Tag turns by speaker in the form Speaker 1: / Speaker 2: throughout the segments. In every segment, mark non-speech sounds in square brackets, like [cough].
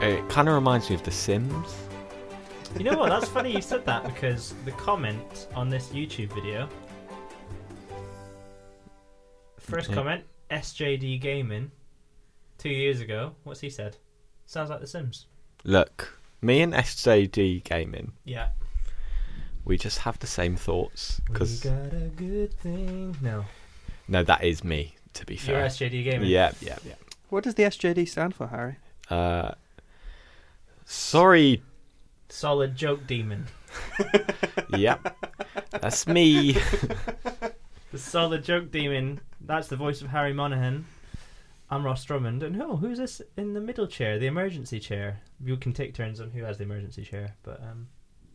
Speaker 1: It kind of reminds me of The Sims.
Speaker 2: You know what? That's funny you said that because the comment on this YouTube video. First
Speaker 1: Yeah.
Speaker 2: comment, SJD Gaming, two years ago. What's he said? Sounds like The Sims.
Speaker 1: Look, me and SJD Gaming,
Speaker 2: Yeah.
Speaker 1: we just have the same thoughts.
Speaker 2: We
Speaker 1: Because
Speaker 2: got a good thing. No.
Speaker 1: no, that is me. To be
Speaker 2: You're
Speaker 1: fair,
Speaker 2: SJD Gaming.
Speaker 1: yeah, yeah, yeah.
Speaker 3: What does the SJD stand for, Harry?
Speaker 1: Uh, sorry.
Speaker 2: Solid joke demon.
Speaker 1: Yep. That's me.
Speaker 2: The solid joke demon. That's the voice of Harry Monaghan. I'm Ross Drummond. And oh, who's this in the middle chair? The emergency chair. You can take turns on who has the emergency chair. But um,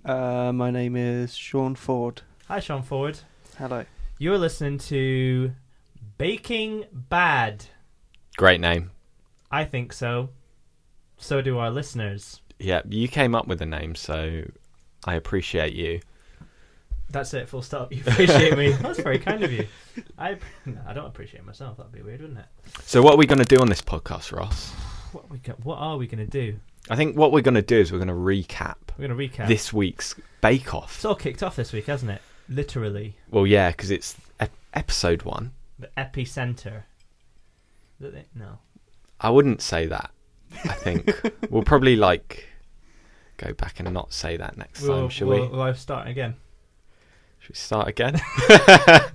Speaker 3: Uh, my name is Sean Ford.
Speaker 2: hi, Sean Ford.
Speaker 3: Hello.
Speaker 2: You're listening to Baking Bad.
Speaker 1: Great name.
Speaker 2: I think so. So do our listeners.
Speaker 1: Yeah, you came up with the name, so I appreciate you.
Speaker 2: That's it, full stop. You appreciate me. That's very kind of you. I, no, I don't appreciate myself. That'd be weird, wouldn't it?
Speaker 1: So, what are we going to do on this podcast, Ross?
Speaker 2: What we go- what are we going to do?
Speaker 1: I think what we're going to do is we're going to recap
Speaker 2: We're going to recap.
Speaker 1: this week's Bake Off.
Speaker 2: It's all kicked off this week, hasn't it? Literally,
Speaker 1: well, yeah, because it's ep- episode one.
Speaker 2: the epicenter. Is that it? No.
Speaker 1: I wouldn't say that.
Speaker 2: [laughs]
Speaker 1: I think we'll probably like go back and not say that next
Speaker 2: We'll,
Speaker 1: time, shall
Speaker 2: we'll,
Speaker 1: we?
Speaker 2: we'll I'll start again.
Speaker 1: Should we
Speaker 2: [laughs]
Speaker 1: start again? [laughs]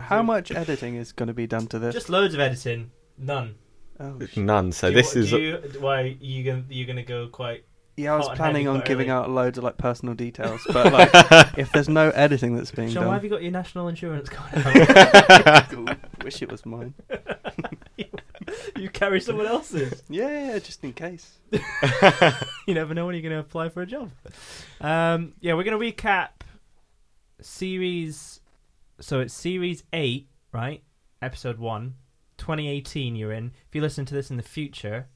Speaker 3: How much editing is going to be done to this?
Speaker 2: Just loads of editing. None.
Speaker 3: oh, sh-
Speaker 1: None. So
Speaker 2: Do you
Speaker 1: this
Speaker 2: wa-
Speaker 1: is
Speaker 2: do you, why you gonna, you're going to go quite
Speaker 3: yeah, I was
Speaker 2: hot and heavy
Speaker 3: planning on
Speaker 2: quite
Speaker 3: giving
Speaker 2: early.
Speaker 3: out loads of like
Speaker 2: [laughs]
Speaker 3: personal details, but like if there's no editing that's being
Speaker 2: Sean, why have
Speaker 3: done,
Speaker 2: you got your national insurance card
Speaker 1: [laughs]
Speaker 2: [laughs] out?
Speaker 3: Ooh, [laughs] wish it was mine.
Speaker 2: you carry someone
Speaker 1: [laughs]
Speaker 2: else's.
Speaker 3: Yeah, just in case.
Speaker 2: You never know when you're going to apply for a job. Um, yeah, we're going to recap series. So it's series eight, right? Episode one, 2018. You're in. If you listen to this in the future,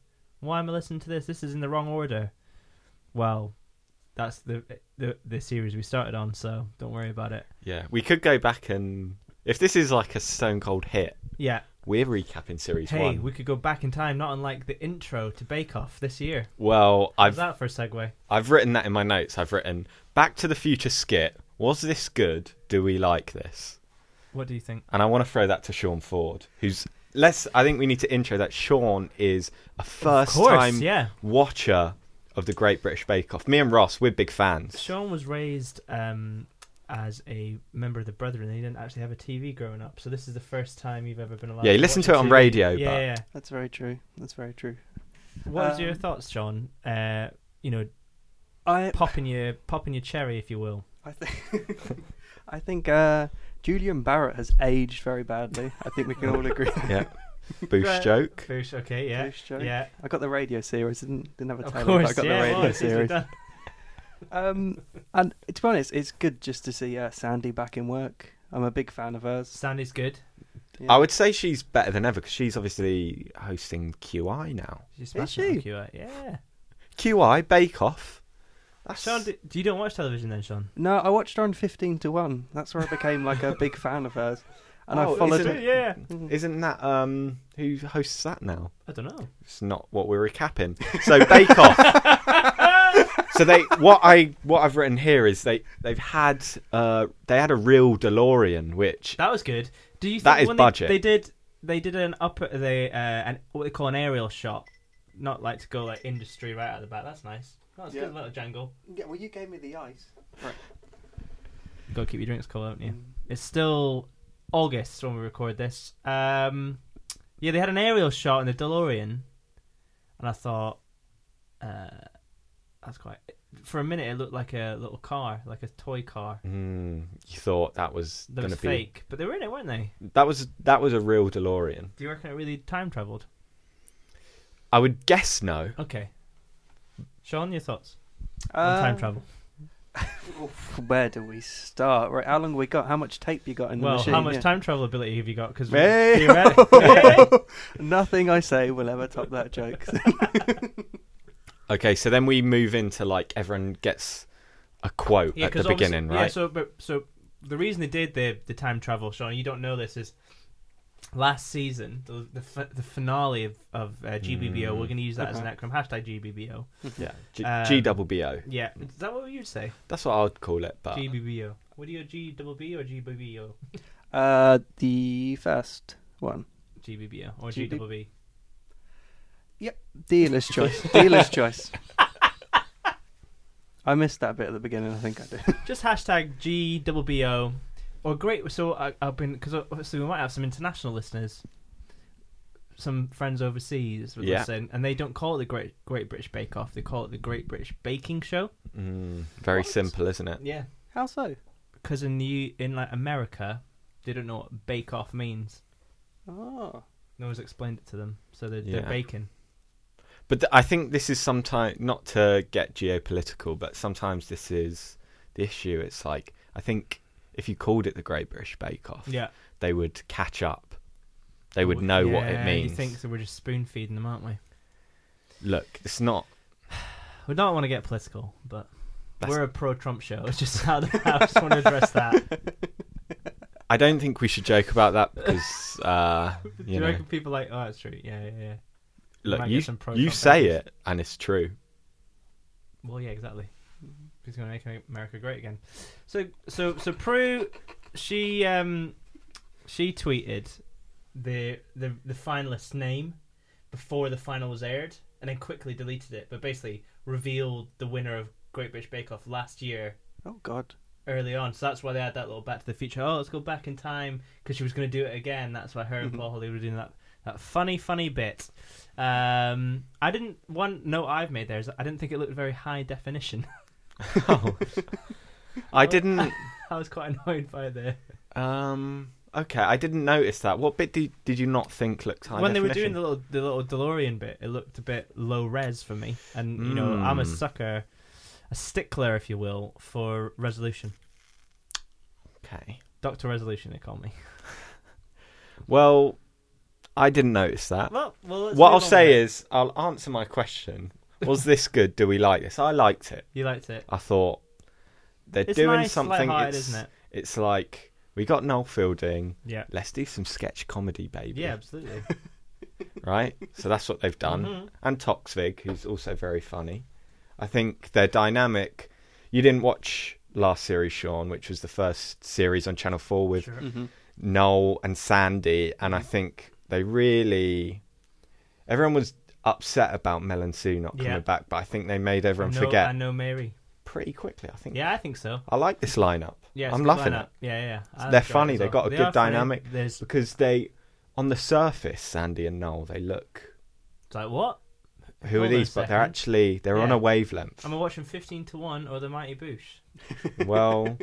Speaker 2: why am I listening to this? This is in the wrong order. Well, that's the the, the series we started on, so don't worry about it.
Speaker 1: yeah. We could go back and if this is like a Stone Cold hit,
Speaker 2: Yeah.
Speaker 1: we're recapping series
Speaker 2: Hey,
Speaker 1: one.
Speaker 2: we could go back in time, not unlike the intro to Bake Off this year.
Speaker 1: Well,
Speaker 2: How's
Speaker 1: I've
Speaker 2: that for a segue?
Speaker 1: I've written that in my notes. I've written Back to the Future skit. Was this good? Do we like this?
Speaker 2: What do you think?
Speaker 1: And I want to throw that to Sean Ford, who's let's. I think we need to intro that Sean is a first
Speaker 2: course,
Speaker 1: time
Speaker 2: yeah.
Speaker 1: watcher of the Great British Bake Off. Me and Ross, we're big fans.
Speaker 2: Sean was raised um, as a member of the Brethren. and He didn't actually have a TV growing up, so this is the first time you've ever been allowed.
Speaker 1: Yeah, you
Speaker 2: to
Speaker 1: listen
Speaker 2: watch
Speaker 1: to it
Speaker 2: a
Speaker 1: on
Speaker 2: TV.
Speaker 1: radio,
Speaker 2: Yeah,
Speaker 1: but-
Speaker 2: yeah.
Speaker 3: That's very true. That's very true.
Speaker 2: What was your
Speaker 3: Um,
Speaker 2: thoughts, Sean? Uh, you know,
Speaker 3: I
Speaker 2: popping your popping your cherry, if you will.
Speaker 3: I think I think uh, Julian Barrett has aged very badly. I think we can
Speaker 2: [laughs]
Speaker 3: all agree.
Speaker 1: Yeah, boosh
Speaker 2: Right.
Speaker 1: joke.
Speaker 2: Boosh, okay, yeah,
Speaker 3: Boosh joke.
Speaker 2: yeah.
Speaker 3: I got the radio series. Didn't didn't have a
Speaker 2: Of
Speaker 3: telly, but I
Speaker 2: course,
Speaker 3: got
Speaker 2: yeah.
Speaker 3: the
Speaker 2: well,
Speaker 3: radio
Speaker 2: it's easily
Speaker 3: series.
Speaker 2: done.
Speaker 3: Um, and to be honest, it's good just to see uh, Sandy back in work. I'm a big fan of hers.
Speaker 2: Sound is good.
Speaker 3: Yeah.
Speaker 1: I would say she's better than ever because she's obviously hosting QI now.
Speaker 2: She's smashing it on
Speaker 3: she?
Speaker 2: QR, Yeah.
Speaker 1: QI Bake Off. That's
Speaker 2: Sean, do, do you don't watch television then, Sean?
Speaker 3: No, I watched her on 15 to 1. That's where I became like a big fan of hers. And
Speaker 1: Oh,
Speaker 3: I
Speaker 1: is
Speaker 3: followed
Speaker 1: it?
Speaker 3: her.
Speaker 2: Yeah.
Speaker 1: Mm-hmm. Isn't that um who hosts that now?
Speaker 2: I don't know.
Speaker 1: It's not what we're recapping. So Bake
Speaker 2: [laughs]
Speaker 1: Off. so they what I what I've written here is they they've had uh they had a real DeLorean which
Speaker 2: That was good. Do you think
Speaker 1: That is
Speaker 2: when they-
Speaker 1: budget.
Speaker 2: They, did they did an upper they uh an what they call an aerial shot, not like to go like industry right out the back. That's nice. That's
Speaker 3: Yeah.
Speaker 2: good little jangle.
Speaker 3: Yeah, well, you gave me the ice.
Speaker 2: You gotta keep your drinks cold, haven't you?
Speaker 3: Mm.
Speaker 2: It's still August when we record this. Um, yeah, they had an aerial shot in the DeLorean, and I thought, uh, that's quite. For a minute, it looked like a little car, like a toy car.
Speaker 1: mm, you thought that was
Speaker 2: That
Speaker 1: going
Speaker 2: was
Speaker 1: to be
Speaker 2: fake, but they were in it, weren't they?
Speaker 1: that was that was a real DeLorean.
Speaker 2: Do you reckon it really time traveled?
Speaker 1: I would guess no.
Speaker 2: Okay. Sean, your thoughts on
Speaker 3: Uh,
Speaker 2: time travel?
Speaker 3: oof, Where do we start? Right, how long we got? How much tape you got in the
Speaker 2: Well,
Speaker 3: machine?
Speaker 2: how much
Speaker 3: Yeah.
Speaker 2: time travel ability have you got? Because
Speaker 3: Hey! Nothing I say will ever top that joke. [laughs]
Speaker 1: Okay, so then we move into like everyone gets a quote at the beginning, right?
Speaker 2: Yeah, so but so the reason they did the the time travel, Sean, you don't know this is last season, the the, f- the finale of, of uh, GBBO,
Speaker 1: Mm.
Speaker 2: we're going to use that as an
Speaker 3: Okay.
Speaker 2: acronym. Hashtag GBBO.
Speaker 1: Yeah, G-
Speaker 2: Uh,
Speaker 1: GWBO.
Speaker 2: Yeah, is that what you'd say?
Speaker 1: That's what I'd call it. But
Speaker 2: GBBO. What do you G double B or GBBO?
Speaker 3: Uh, the first one.
Speaker 2: GBBO or G
Speaker 3: GB
Speaker 2: double B?
Speaker 3: Dealer's
Speaker 2: [laughs]
Speaker 3: choice. Dealer's choice. I missed that bit at the beginning. I think I did.
Speaker 2: Just hashtag G double B O. Or great. So I, I've been because obviously we might have some international listeners, some friends overseas with
Speaker 1: Yeah.
Speaker 2: listen, and they don't call it the Great Great British Bake Off. They call it the Great British Baking Show.
Speaker 1: mm, very
Speaker 2: What?
Speaker 1: simple, isn't it?
Speaker 2: Yeah,
Speaker 3: How so?
Speaker 2: because in the in like America, they don't know what Bake Off means.
Speaker 3: Oh,
Speaker 2: No one's explained it to them, so they're,
Speaker 1: Yeah.
Speaker 2: they're baking.
Speaker 1: But th- I think this is sometimes not to get geopolitical, but sometimes this is the issue. It's like I think if you called it the Great British Bake Off,
Speaker 2: Yeah,
Speaker 1: they would catch up. They would know what it
Speaker 2: Yeah, You
Speaker 1: means.
Speaker 2: think so? We're just spoon feeding them, aren't we?
Speaker 1: Look, it's not.
Speaker 2: We don't want to get political, but
Speaker 1: That's-
Speaker 2: we're a pro-Trump show. It's just how [laughs] I just want to address that.
Speaker 1: I don't think we should joke about
Speaker 2: [laughs]
Speaker 1: that because uh,
Speaker 2: Do
Speaker 1: you
Speaker 2: you
Speaker 1: know.
Speaker 2: reckon people like, oh, that's true. Yeah, yeah, yeah. We
Speaker 1: Look,
Speaker 2: might
Speaker 1: you
Speaker 2: get some pro
Speaker 1: you
Speaker 2: Trump
Speaker 1: say
Speaker 2: haters.
Speaker 1: it and
Speaker 2: [laughs]
Speaker 1: it's true. [laughs]
Speaker 2: Well, yeah, exactly. He's going to make America great again. So, so, so Prue, she, um, she tweeted the the the finalist's name before the final was aired, and then quickly deleted it. But basically, revealed the winner of Great British Bake Off last year
Speaker 3: oh God.
Speaker 2: early on. So that's why they had that little Back to the Future. Oh, let's go back in time because she was going to do it again. That's why her and
Speaker 3: Mhm.
Speaker 2: Paul Holly were doing that that funny, funny bit. Um, I didn't. One note I've made there is I didn't think it looked very high definition. [laughs]
Speaker 1: Oh. I didn't.
Speaker 2: I was quite annoyed by the
Speaker 1: Um, okay, I didn't notice that. What bit did did you not think looked high
Speaker 2: when they were doing
Speaker 1: definition?
Speaker 2: the little the little DeLorean bit. It looked a bit low res for me, and you know I'm a
Speaker 1: Mm.
Speaker 2: sucker, a stickler, if you will, for resolution.
Speaker 1: Okay.
Speaker 2: Doctor Resolution, they call me.
Speaker 1: Well, I didn't notice that.
Speaker 2: [laughs] Well, well let's
Speaker 1: what
Speaker 2: move
Speaker 1: I'll
Speaker 2: on
Speaker 1: say
Speaker 2: with it.
Speaker 1: is, I'll answer my question. Was this good? Do we like this? I liked it.
Speaker 2: you liked it.
Speaker 1: I thought they're
Speaker 2: It's
Speaker 1: doing
Speaker 2: nice,
Speaker 1: something.
Speaker 2: lighthearted,
Speaker 1: It's,
Speaker 2: isn't it?
Speaker 1: it's like we got Noel Fielding.
Speaker 2: Yeah.
Speaker 1: Let's do some sketch comedy, baby.
Speaker 2: Yeah, absolutely.
Speaker 1: Right. So that's what they've done.
Speaker 2: Mhm.
Speaker 1: and Toxvig, who's also very funny. I think their dynamic. You didn't watch last series, Sean, which was the first series on Channel Four with
Speaker 2: Sure. Mm-hmm.
Speaker 3: Mhm.
Speaker 1: Noel and Sandy, and I think they really. Everyone was upset about Mel and Sue not coming
Speaker 2: Yeah.
Speaker 1: back, but I think they made everyone
Speaker 2: I know,
Speaker 1: forget
Speaker 2: I know Mary.
Speaker 1: pretty quickly. I think.
Speaker 2: Yeah, I think so.
Speaker 1: I like this lineup.
Speaker 2: Yeah, it's
Speaker 1: I'm
Speaker 2: a good
Speaker 1: loving
Speaker 2: lineup.
Speaker 1: it
Speaker 2: Yeah, yeah. I enjoy
Speaker 1: They're
Speaker 2: it
Speaker 1: funny,
Speaker 2: as
Speaker 1: they've
Speaker 2: well.
Speaker 1: got a
Speaker 2: They
Speaker 1: good
Speaker 2: are funny.
Speaker 1: dynamic.
Speaker 2: There's it's
Speaker 1: because they, on the surface, Sandy and Noel, they look.
Speaker 2: like what?
Speaker 1: Who
Speaker 2: Hold on
Speaker 1: are
Speaker 2: a
Speaker 1: these? But they're
Speaker 2: second.
Speaker 1: actually they're on
Speaker 2: Yeah.
Speaker 1: a wavelength.
Speaker 2: Am I watching fifteen to one or the Mighty Boosh? [laughs]
Speaker 1: Well.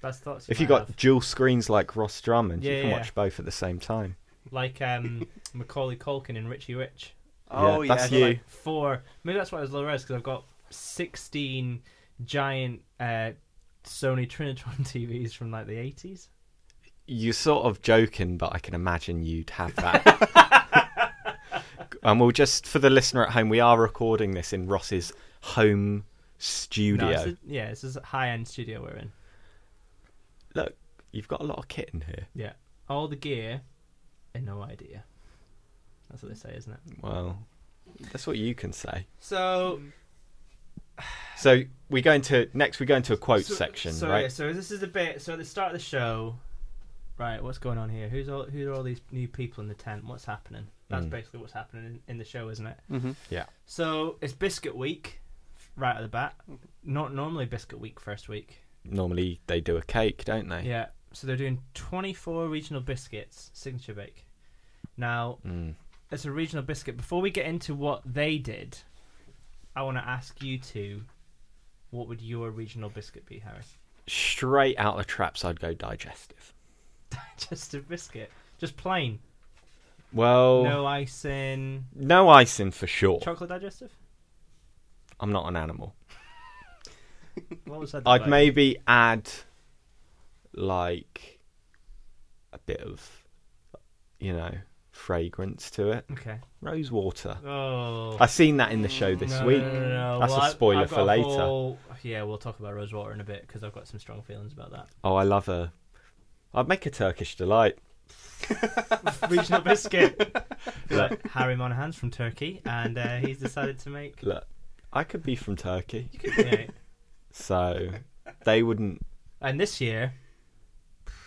Speaker 2: That's thoughts.
Speaker 1: If you
Speaker 2: might
Speaker 1: got
Speaker 2: have.
Speaker 1: dual screens like Ross Drummond,
Speaker 2: Yeah,
Speaker 1: you can
Speaker 2: yeah.
Speaker 1: watch both at the same time.
Speaker 2: like
Speaker 1: [laughs]
Speaker 2: um, Macaulay Culkin and Richie Rich,
Speaker 3: Oh yeah.
Speaker 1: that's
Speaker 2: I've got,
Speaker 1: you.
Speaker 2: like four. Maybe that's why it was low res because I've got sixteen giant uh, Sony Trinitron [laughs] TVs from like the eighties.
Speaker 1: You're sort of joking, but I can imagine you'd have that. [laughs] and we'll just, for the listener at home, we are recording this in Ross's home studio.
Speaker 2: yeah, this is a high-end studio we're in.
Speaker 1: Look, you've got a lot of kit in here.
Speaker 2: Yeah, all the gear and no idea. That's what they say, isn't it?
Speaker 1: Well, that's what you can say.
Speaker 2: So
Speaker 1: So we go into next. We go into a quote
Speaker 2: so,
Speaker 1: section,
Speaker 2: so,
Speaker 1: right?
Speaker 2: yeah, so this is the bit. So at the start of the show, right? What's going on here? Who's all? Who are all these new people in the tent? What's happening? That's
Speaker 1: Mm.
Speaker 2: basically what's happening in, in the show, isn't it?
Speaker 3: Mhm.
Speaker 2: So it's biscuit week, right at the bat. Not normally biscuit week first week.
Speaker 1: Normally they do a cake, don't they?
Speaker 2: Yeah. So they're doing 24 regional biscuits signature bake. Now
Speaker 1: Mm.
Speaker 2: it's a regional biscuit. Before we get into what they did, I want to ask you two, what would your regional biscuit be, Harry? [laughs]
Speaker 1: Straight out the traps, I'd go digestive.
Speaker 2: Just a biscuit, just plain.
Speaker 1: Well, no,
Speaker 2: No icing.
Speaker 1: icing for sure.
Speaker 2: Chocolate digestive?
Speaker 1: I'm not an animal.
Speaker 2: What was that?
Speaker 1: I'd
Speaker 2: about?
Speaker 1: maybe add like a bit of you know fragrance to it.
Speaker 2: Okay.
Speaker 1: Rose water.
Speaker 2: Oh.
Speaker 1: I've seen that in the show this
Speaker 2: No,
Speaker 1: week.
Speaker 2: no, no, no.
Speaker 1: That's a
Speaker 2: I've-
Speaker 1: spoiler
Speaker 2: I've got
Speaker 1: for
Speaker 2: a
Speaker 1: later.
Speaker 2: whole- Yeah, we'll talk about Rosewater in a bit because I've got some strong feelings about that.
Speaker 1: Oh, I love a. I'd make a Turkish delight.
Speaker 2: [laughs] regional
Speaker 1: [laughs]
Speaker 2: biscuit. Like Harry Monahan's from Turkey, and uh, he's decided to make.
Speaker 1: [laughs] Look, I could be from Turkey,
Speaker 2: Yeah.
Speaker 1: so they wouldn't.
Speaker 2: And this year,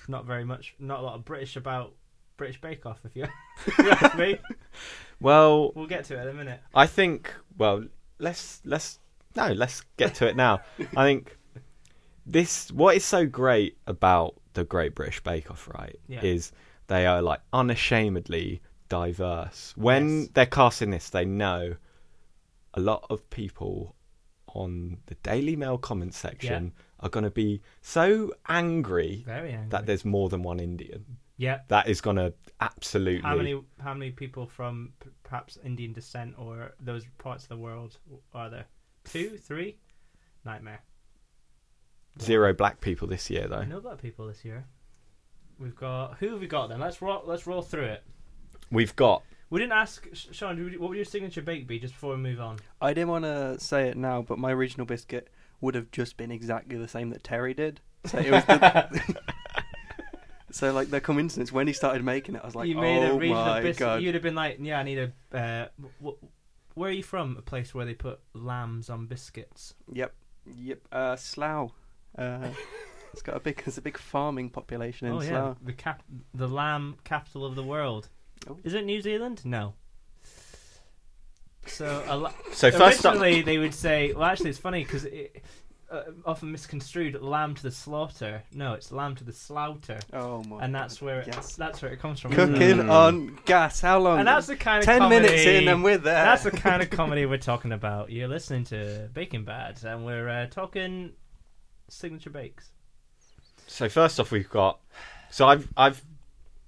Speaker 2: not very much, not a lot of British about British Bake Off. If you [laughs] if you ask me,
Speaker 1: Well,
Speaker 2: we'll get to it in a minute.
Speaker 1: I think. Well, let's let's no, let's get to
Speaker 2: [laughs]
Speaker 1: it now. I think this. What is so great about the Great British Bake Off, right?
Speaker 2: Yeah.
Speaker 1: Is they are like unashamedly diverse. When
Speaker 2: Yes.
Speaker 1: they're casting this, they know a lot of people on the Daily Mail comment section are going to be so angry
Speaker 2: Very angry.
Speaker 1: that there's more than one Indian.
Speaker 2: yeah.
Speaker 1: That is going to absolutely.
Speaker 2: How many how many people from p- perhaps Indian descent or those parts of the world are there? Two, three, nightmare.
Speaker 1: Zero black people this year, though.
Speaker 2: No black people this year. We've got who have we got then? Let's roll. Let's roll through it.
Speaker 1: We've got
Speaker 2: We didn't ask Sh- Sean. do we- What would your signature bake be? Just before we move on.
Speaker 3: I didn't want to say it now, but my regional biscuit would have just been exactly the same that Terry did. So it was the... So like the coincidence when he started making it, I was like,
Speaker 2: you made
Speaker 3: "Oh
Speaker 2: a regional
Speaker 3: my
Speaker 2: biscuit.
Speaker 3: god!"
Speaker 2: You'd have been like, yeah, I need a. Uh, w- where are you from? A place where they put lambs on biscuits.
Speaker 3: Yep, yep. Uh, Slough. Uh, it's got a big. There's a big farming population in
Speaker 2: oh yeah,
Speaker 3: Slough.
Speaker 2: the cap, the lamb capital of the world.
Speaker 3: Oh.
Speaker 2: Is it New Zealand? No. So a la-
Speaker 1: So first up,
Speaker 2: originally they would say, well, actually, it's funny because it uh, often misconstrued lamb to the slaughter. No, it's lamb to the slaughter,
Speaker 3: Oh my.
Speaker 2: and that's where it
Speaker 3: Yes.
Speaker 2: that's where it comes from. isn't it?
Speaker 3: Cooking
Speaker 1: Mm.
Speaker 3: on gas. How long?
Speaker 2: And that's the kind of
Speaker 3: Mm. Ten
Speaker 2: comedy,
Speaker 3: minutes in, and we're there.
Speaker 2: That's the kind of comedy we're talking about. You're listening to Baking Bad, and we're uh, talking signature bakes.
Speaker 1: so first off, we've got. So I've I've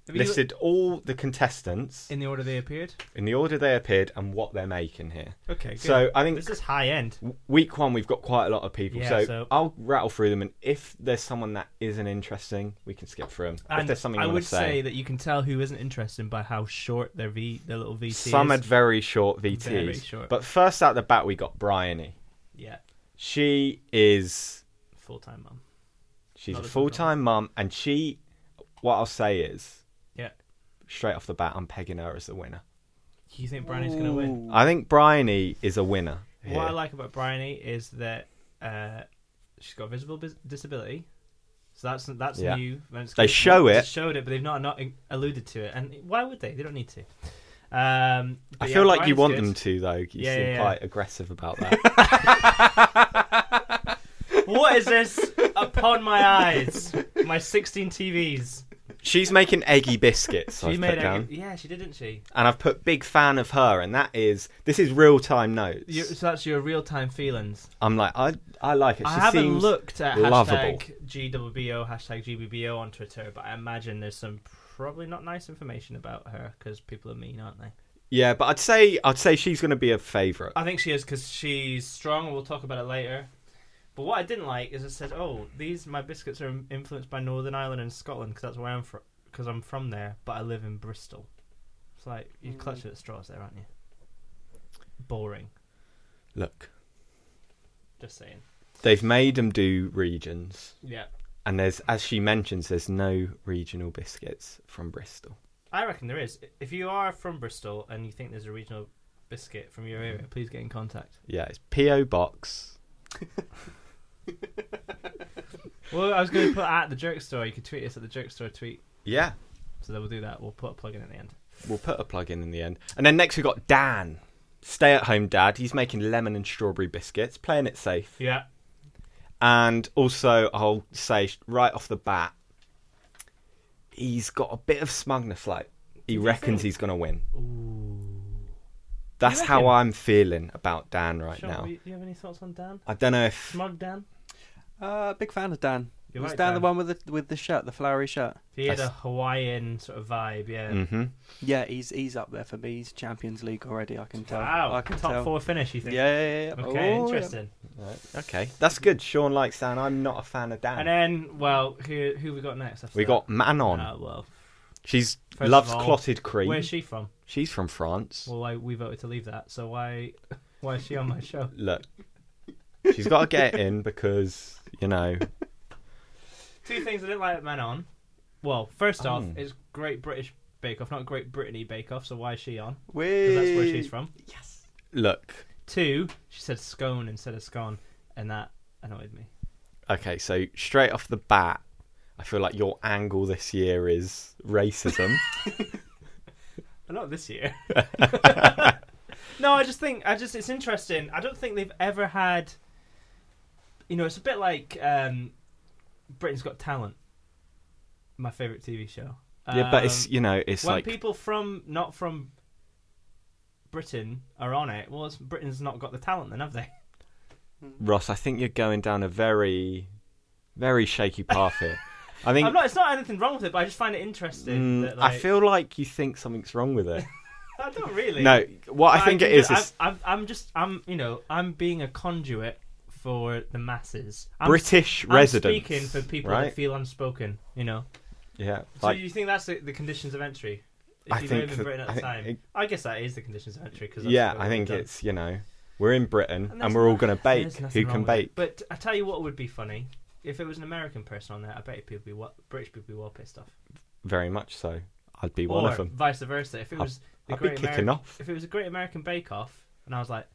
Speaker 2: Have you
Speaker 1: listed all the contestants
Speaker 2: looked in the order they appeared.
Speaker 1: in the order they appeared and what they're making here.
Speaker 2: Okay, good.
Speaker 1: So um, I think
Speaker 2: this is high end.
Speaker 1: w- week one we've got quite a lot of people.
Speaker 2: Yeah,
Speaker 1: so,
Speaker 2: so-
Speaker 1: I'll rattle through them, and if there's someone that isn't interesting, we can skip through them. if
Speaker 2: And
Speaker 1: there's something
Speaker 2: I
Speaker 1: you
Speaker 2: would
Speaker 1: want to say,
Speaker 2: that you can tell who isn't interested by how short their v their little VT
Speaker 1: some
Speaker 2: E is.
Speaker 1: had very short VTs.
Speaker 2: Very short.
Speaker 1: But first out the bat, we got Bryony.
Speaker 2: yeah,
Speaker 1: She is
Speaker 2: full time mum.
Speaker 1: she's
Speaker 2: Not
Speaker 1: a
Speaker 2: a
Speaker 1: full time mum, and she. What I'll say is
Speaker 2: Yeah,
Speaker 1: straight off the bat, I'm pegging her as the winner.
Speaker 2: you think Bryony's gonna win?
Speaker 1: I think Bryony is a winner.
Speaker 2: What I
Speaker 1: here.
Speaker 2: like about Bryony is that uh, she's got a visible bis- disability, so that's that's
Speaker 1: Yeah.
Speaker 2: new. When it's
Speaker 1: They show
Speaker 2: they
Speaker 1: it.
Speaker 2: showed it, but they've not not alluded to it. And why would they? They don't need to. Um,
Speaker 1: I
Speaker 2: but
Speaker 1: feel
Speaker 2: yeah,
Speaker 1: like
Speaker 2: Bryony's
Speaker 1: you want
Speaker 2: good.
Speaker 1: them to, though. You
Speaker 2: Yeah,
Speaker 1: seem
Speaker 2: yeah, yeah.
Speaker 1: quite aggressive about
Speaker 2: [laughs]
Speaker 1: that.
Speaker 2: What is this upon my eyes? My 16 TVs.
Speaker 1: She's making eggy biscuits.
Speaker 2: She
Speaker 1: I've
Speaker 2: made
Speaker 1: put down,
Speaker 2: a, yeah, she did, didn't she?
Speaker 1: and I've put big fan of her, and that is this is real time notes.
Speaker 2: You, so that's your real time feelings.
Speaker 1: I'm like, I I like it. She
Speaker 2: I haven't
Speaker 1: seems-
Speaker 2: looked at
Speaker 1: lovable.
Speaker 2: hashtag GWBO, hashtag GBBO on Twitter, but I imagine there's some probably not nice information about her because people are mean, aren't they?
Speaker 1: Yeah, but I'd say I'd say she's going to be a favourite.
Speaker 2: I think she is because she's strong, and we'll talk about it later. But what I didn't like is it said, "Oh, these my biscuits are influenced by Northern Ireland and Scotland because that's where I'm from. Because I'm from there, but I live in Bristol." It's like you
Speaker 3: Mm.
Speaker 2: clutch at straws there, aren't you? Boring.
Speaker 1: Look,
Speaker 2: Just saying.
Speaker 1: they've made them do regions,
Speaker 2: Yeah,
Speaker 1: and there's as she mentions, there's no regional biscuits from Bristol.
Speaker 2: I reckon there is. If you are from Bristol and you think there's a regional biscuit from your area, please get in contact.
Speaker 1: Yeah, it's PO box.
Speaker 2: Well, I was going to put at the jerk store. You could tweet us at the jerk store tweet.
Speaker 1: Yeah,
Speaker 2: So then we'll do that. We'll put a plug in at the end.
Speaker 1: we'll put a plug in in the end, and then next we got Dan. Stay at home dad. He's making lemon and strawberry biscuits, playing it safe.
Speaker 2: Yeah.
Speaker 1: And also, I'll say right off the bat, he's got a bit of smugness. Like he
Speaker 2: Do you
Speaker 1: reckons
Speaker 2: think?
Speaker 1: he's going to win.
Speaker 2: Ooh.
Speaker 1: That's how
Speaker 2: reckon?
Speaker 1: I'm feeling about Dan right
Speaker 2: Sean,
Speaker 1: now.
Speaker 2: Do you- do you have any thoughts on Dan?
Speaker 1: I don't know if
Speaker 2: Smug Dan.
Speaker 3: Uh, big fan of Dan.
Speaker 2: You
Speaker 3: was
Speaker 2: like
Speaker 3: Dan, the
Speaker 2: Dan?
Speaker 3: one with the with the shirt, the flowery shirt?
Speaker 2: He had
Speaker 1: I
Speaker 2: a
Speaker 1: s-
Speaker 2: Hawaiian sort of vibe. Yeah.
Speaker 3: Mm.
Speaker 1: hmm
Speaker 3: Yeah, he's he's up there for me. He's Champions League already. I can tell.
Speaker 2: Wow.
Speaker 3: I can
Speaker 2: Top
Speaker 3: tell.
Speaker 2: four finish. You
Speaker 3: Yeah,
Speaker 2: think?
Speaker 3: yeah, yeah, yeah.
Speaker 2: Okay.
Speaker 3: Oh, yeah.
Speaker 2: interesting.
Speaker 1: Okay, that's good. Sean likes Dan. I'm not a fan of Dan.
Speaker 2: And then, well, who who we got next? After
Speaker 1: we
Speaker 2: that?
Speaker 1: got Manon.
Speaker 2: Ah, well,
Speaker 1: She's
Speaker 2: First of
Speaker 1: loves
Speaker 2: all,
Speaker 1: clotted cream.
Speaker 2: where's she from?
Speaker 1: She's from France.
Speaker 2: Well, why we voted to leave that. So why why is she on my [laughs] show?
Speaker 1: Look, she's got to get in because you know
Speaker 2: Two things I didn't like at Manon. Well, first off,
Speaker 1: Oh.
Speaker 2: it's Great British Bake Off, not Great Brittany Bake Off. So why is she on?
Speaker 3: Whee!
Speaker 2: Because that's where she's from.
Speaker 3: Yes.
Speaker 1: Look,
Speaker 2: Two, she said scone instead of scone, and that annoyed me.
Speaker 1: okay, so straight off the bat, I feel like your angle this year is
Speaker 2: [laughs]
Speaker 1: racism.
Speaker 2: But not this year. [laughs] no, I just think I just it's interesting. I don't think they've ever had. You know, it's a bit like um, Britain's Got Talent, my favorite TV show.
Speaker 1: yeah, but it's
Speaker 2: Um,
Speaker 1: you know it's
Speaker 2: when
Speaker 1: like
Speaker 2: people from not from Britain are on it. Well, it's, Britain's not got the talent, then have they?
Speaker 1: Ross. I think you're going down a very, very shaky path here. I think
Speaker 2: I'm not. It's not anything wrong with it, but I just find it interesting.
Speaker 1: Mm,
Speaker 2: that, like,
Speaker 1: I feel like you think something's wrong with it.
Speaker 2: I don't really.
Speaker 1: no, what I
Speaker 2: But
Speaker 1: think
Speaker 2: can
Speaker 1: it is
Speaker 2: do-
Speaker 1: is
Speaker 2: I'm, I'm, I'm just. I'm. You know. I'm being a conduit for the masses. I'm,
Speaker 1: British
Speaker 2: I'm
Speaker 1: residents.
Speaker 2: speaking for people
Speaker 1: right?
Speaker 2: that feel unspoken. You know.
Speaker 1: Yeah,
Speaker 2: So
Speaker 1: like
Speaker 2: you think that's the, the conditions of entry? If
Speaker 1: I
Speaker 2: you
Speaker 1: think
Speaker 2: live in
Speaker 1: that-
Speaker 2: Britain
Speaker 1: I
Speaker 2: at the
Speaker 1: think
Speaker 2: time,
Speaker 1: it-
Speaker 2: I guess that is the conditions of entry. Cause that's
Speaker 1: yeah,
Speaker 2: what
Speaker 1: I
Speaker 2: we've
Speaker 1: think
Speaker 2: done.
Speaker 1: it's you know we're in Britain and,
Speaker 2: there's
Speaker 1: we're all
Speaker 2: no-
Speaker 1: gonna bake.
Speaker 2: there's nothing
Speaker 1: Who
Speaker 2: wrong
Speaker 1: can
Speaker 2: with it.
Speaker 1: bake?
Speaker 2: But I tell you what would be funny if it was an American person on there. I bet people be wa- British people would be well pissed off.
Speaker 1: Very much so. I'd be
Speaker 2: or
Speaker 1: one of them.
Speaker 2: vice versa. If it
Speaker 1: I'd-
Speaker 2: was the
Speaker 1: I'd be
Speaker 2: Great
Speaker 1: kicking
Speaker 2: American,
Speaker 1: off.
Speaker 2: if it was a Great American Bake Off, and I was like,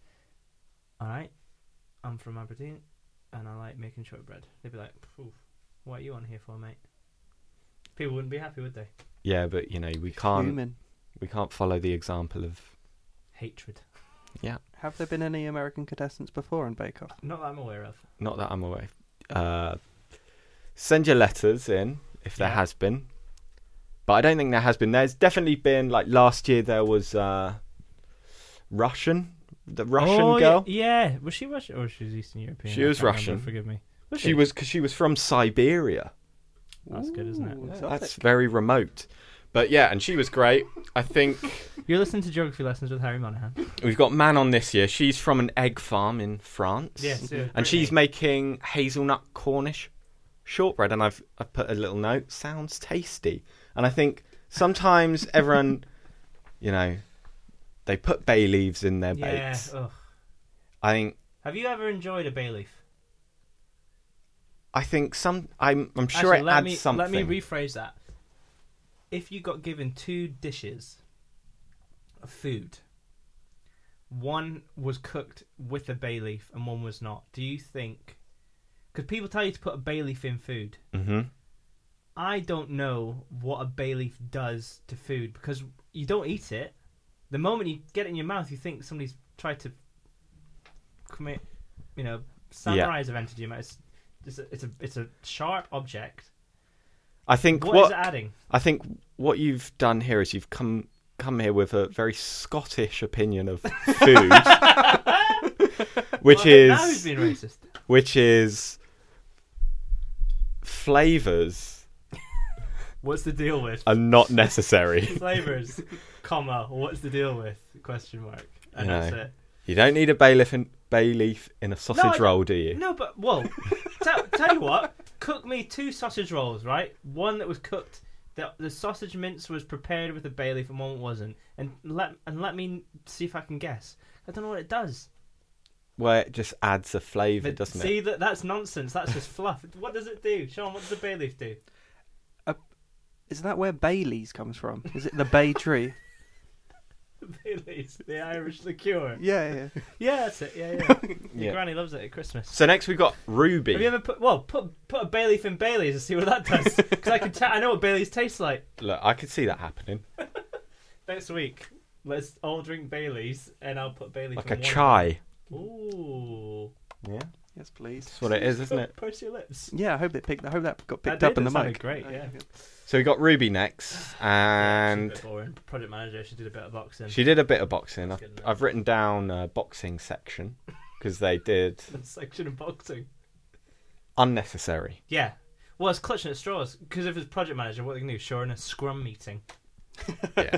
Speaker 2: "All right, I'm from Aberdeen, and I like making shortbread," they'd be like, "Phew, "What are you on here for, mate?" People wouldn't be happy, would they?
Speaker 1: Yeah, but you know we
Speaker 2: Um,
Speaker 1: can't
Speaker 3: Human.
Speaker 1: we can't follow the example of
Speaker 2: Hatred.
Speaker 3: Have there been any American contestants before in Bake Off?
Speaker 2: Not that I'm aware of.
Speaker 1: not that I'm aware. Uh, send your letters in if there
Speaker 2: Yeah.
Speaker 1: has been, but I don't think there has been. There's definitely been like last year there was uh, Russian, the Russian
Speaker 2: Oh,
Speaker 1: girl.
Speaker 2: Yeah, yeah. was she Russian or she was Eastern European?
Speaker 1: She
Speaker 2: I
Speaker 1: was
Speaker 2: can't remember,
Speaker 1: Russian.
Speaker 2: forgive me.
Speaker 1: She was because she was from Siberia.
Speaker 2: That's good, isn't it?
Speaker 3: Ooh,
Speaker 1: Yeah,
Speaker 3: exotic.
Speaker 1: that's very remote. But yeah, and she was great. I think
Speaker 2: You're listening to Geography Lessons with Harry Monahan.
Speaker 1: we've got Man on this year. She's from an egg farm in France.
Speaker 2: Yes, yeah,
Speaker 1: And she's making hazelnut Cornish shortbread. And I've, I've put a little note sounds tasty. And I think
Speaker 2: [laughs]
Speaker 1: sometimes everyone, you know, they put bay leaves in their
Speaker 2: yeah.
Speaker 1: bakes.
Speaker 2: ugh.
Speaker 1: I think.
Speaker 2: Have you ever enjoyed a bay leaf?
Speaker 1: I think some. I'm. I'm sure
Speaker 2: Actually,
Speaker 1: it
Speaker 2: let
Speaker 1: adds
Speaker 2: me,
Speaker 1: something.
Speaker 2: Let me rephrase that. If you got given two dishes of food, one was cooked with a bay leaf and one was not, do you think. Because people tell you to put a bay leaf in food.
Speaker 1: hmm
Speaker 2: I don't know what a bay leaf does to food because you don't eat it. The moment you get it in your mouth, you think somebody's tried to commit, you know, samurais have entered your mouth. It's, it's, a, it's a it's a sharp object.
Speaker 1: I think
Speaker 2: what
Speaker 1: what
Speaker 2: is it adding?
Speaker 1: I think what you've done here is you've come come here with a very Scottish
Speaker 2: [laughs]
Speaker 1: opinion of food, which
Speaker 2: Well, now he's
Speaker 1: is
Speaker 2: being racist.
Speaker 1: which is flavors
Speaker 2: What's the deal
Speaker 1: [laughs]
Speaker 2: with
Speaker 1: are not necessary.
Speaker 2: flavors, comma? What's the deal with question mark? And
Speaker 1: You
Speaker 2: that's
Speaker 1: know.
Speaker 2: it.
Speaker 1: [laughs] you don't need a bay leaf in, bay leaf in a
Speaker 2: No,
Speaker 1: sausage
Speaker 2: I-
Speaker 1: roll, do you?
Speaker 2: No, but well, tell, tell you what, cook me two sausage rolls, right? One that was cooked, the, the sausage mince was prepared with a bay leaf, and one wasn't. And let and let me see if I can guess. I don't know what it does.
Speaker 1: Where it just adds a flavour, doesn't
Speaker 2: see
Speaker 1: it?
Speaker 2: that that's nonsense. That's just fluff. What does it do, Sean? What does a bay leaf do? [laughs]
Speaker 3: Is that where Bailey's comes from? Is it the
Speaker 2: [laughs]
Speaker 3: Bay Tree?
Speaker 2: Bay leaves, the Irish liqueur.
Speaker 3: yeah, yeah.
Speaker 2: Yeah, that's it. Yeah,
Speaker 1: [laughs]
Speaker 2: yeah. Your
Speaker 1: Yeah.
Speaker 2: granny loves it at Christmas.
Speaker 1: So next we've got
Speaker 2: Have you
Speaker 1: Ruby.
Speaker 2: ever put well put put a bay leaf in Bailey's and see what that
Speaker 1: [laughs]
Speaker 2: does? Because I can ta- I know what Bailey's tastes like.
Speaker 1: Look, I could see that happening.
Speaker 2: Next week, let's all drink Bailey's and I'll put Bailey
Speaker 1: Like
Speaker 2: for
Speaker 1: a
Speaker 2: one.
Speaker 1: chai.
Speaker 2: Ooh,
Speaker 1: Yeah,
Speaker 3: Yes, please.
Speaker 1: that's what it is, isn't it?
Speaker 2: Purse your lips.
Speaker 3: Yeah, I hope it picked. I hope that got
Speaker 2: That
Speaker 3: picked
Speaker 2: did,
Speaker 3: up in
Speaker 2: that
Speaker 3: the
Speaker 2: sounded
Speaker 3: mic.
Speaker 2: great, yeah.
Speaker 1: So we got Ruby next,
Speaker 2: She's a
Speaker 1: and
Speaker 2: bit boring. Project manager, she did a bit of boxing.
Speaker 1: She did a bit of boxing.
Speaker 2: That's
Speaker 1: I've,
Speaker 2: good enough.
Speaker 1: I've written down a boxing section because they did
Speaker 2: [laughs] The section of boxing.
Speaker 1: unnecessary.
Speaker 2: Yeah. Well, it's clutching at straws because if it's project manager, what are they gonna do? Sure, in a scrum meeting.
Speaker 1: [laughs] Yeah,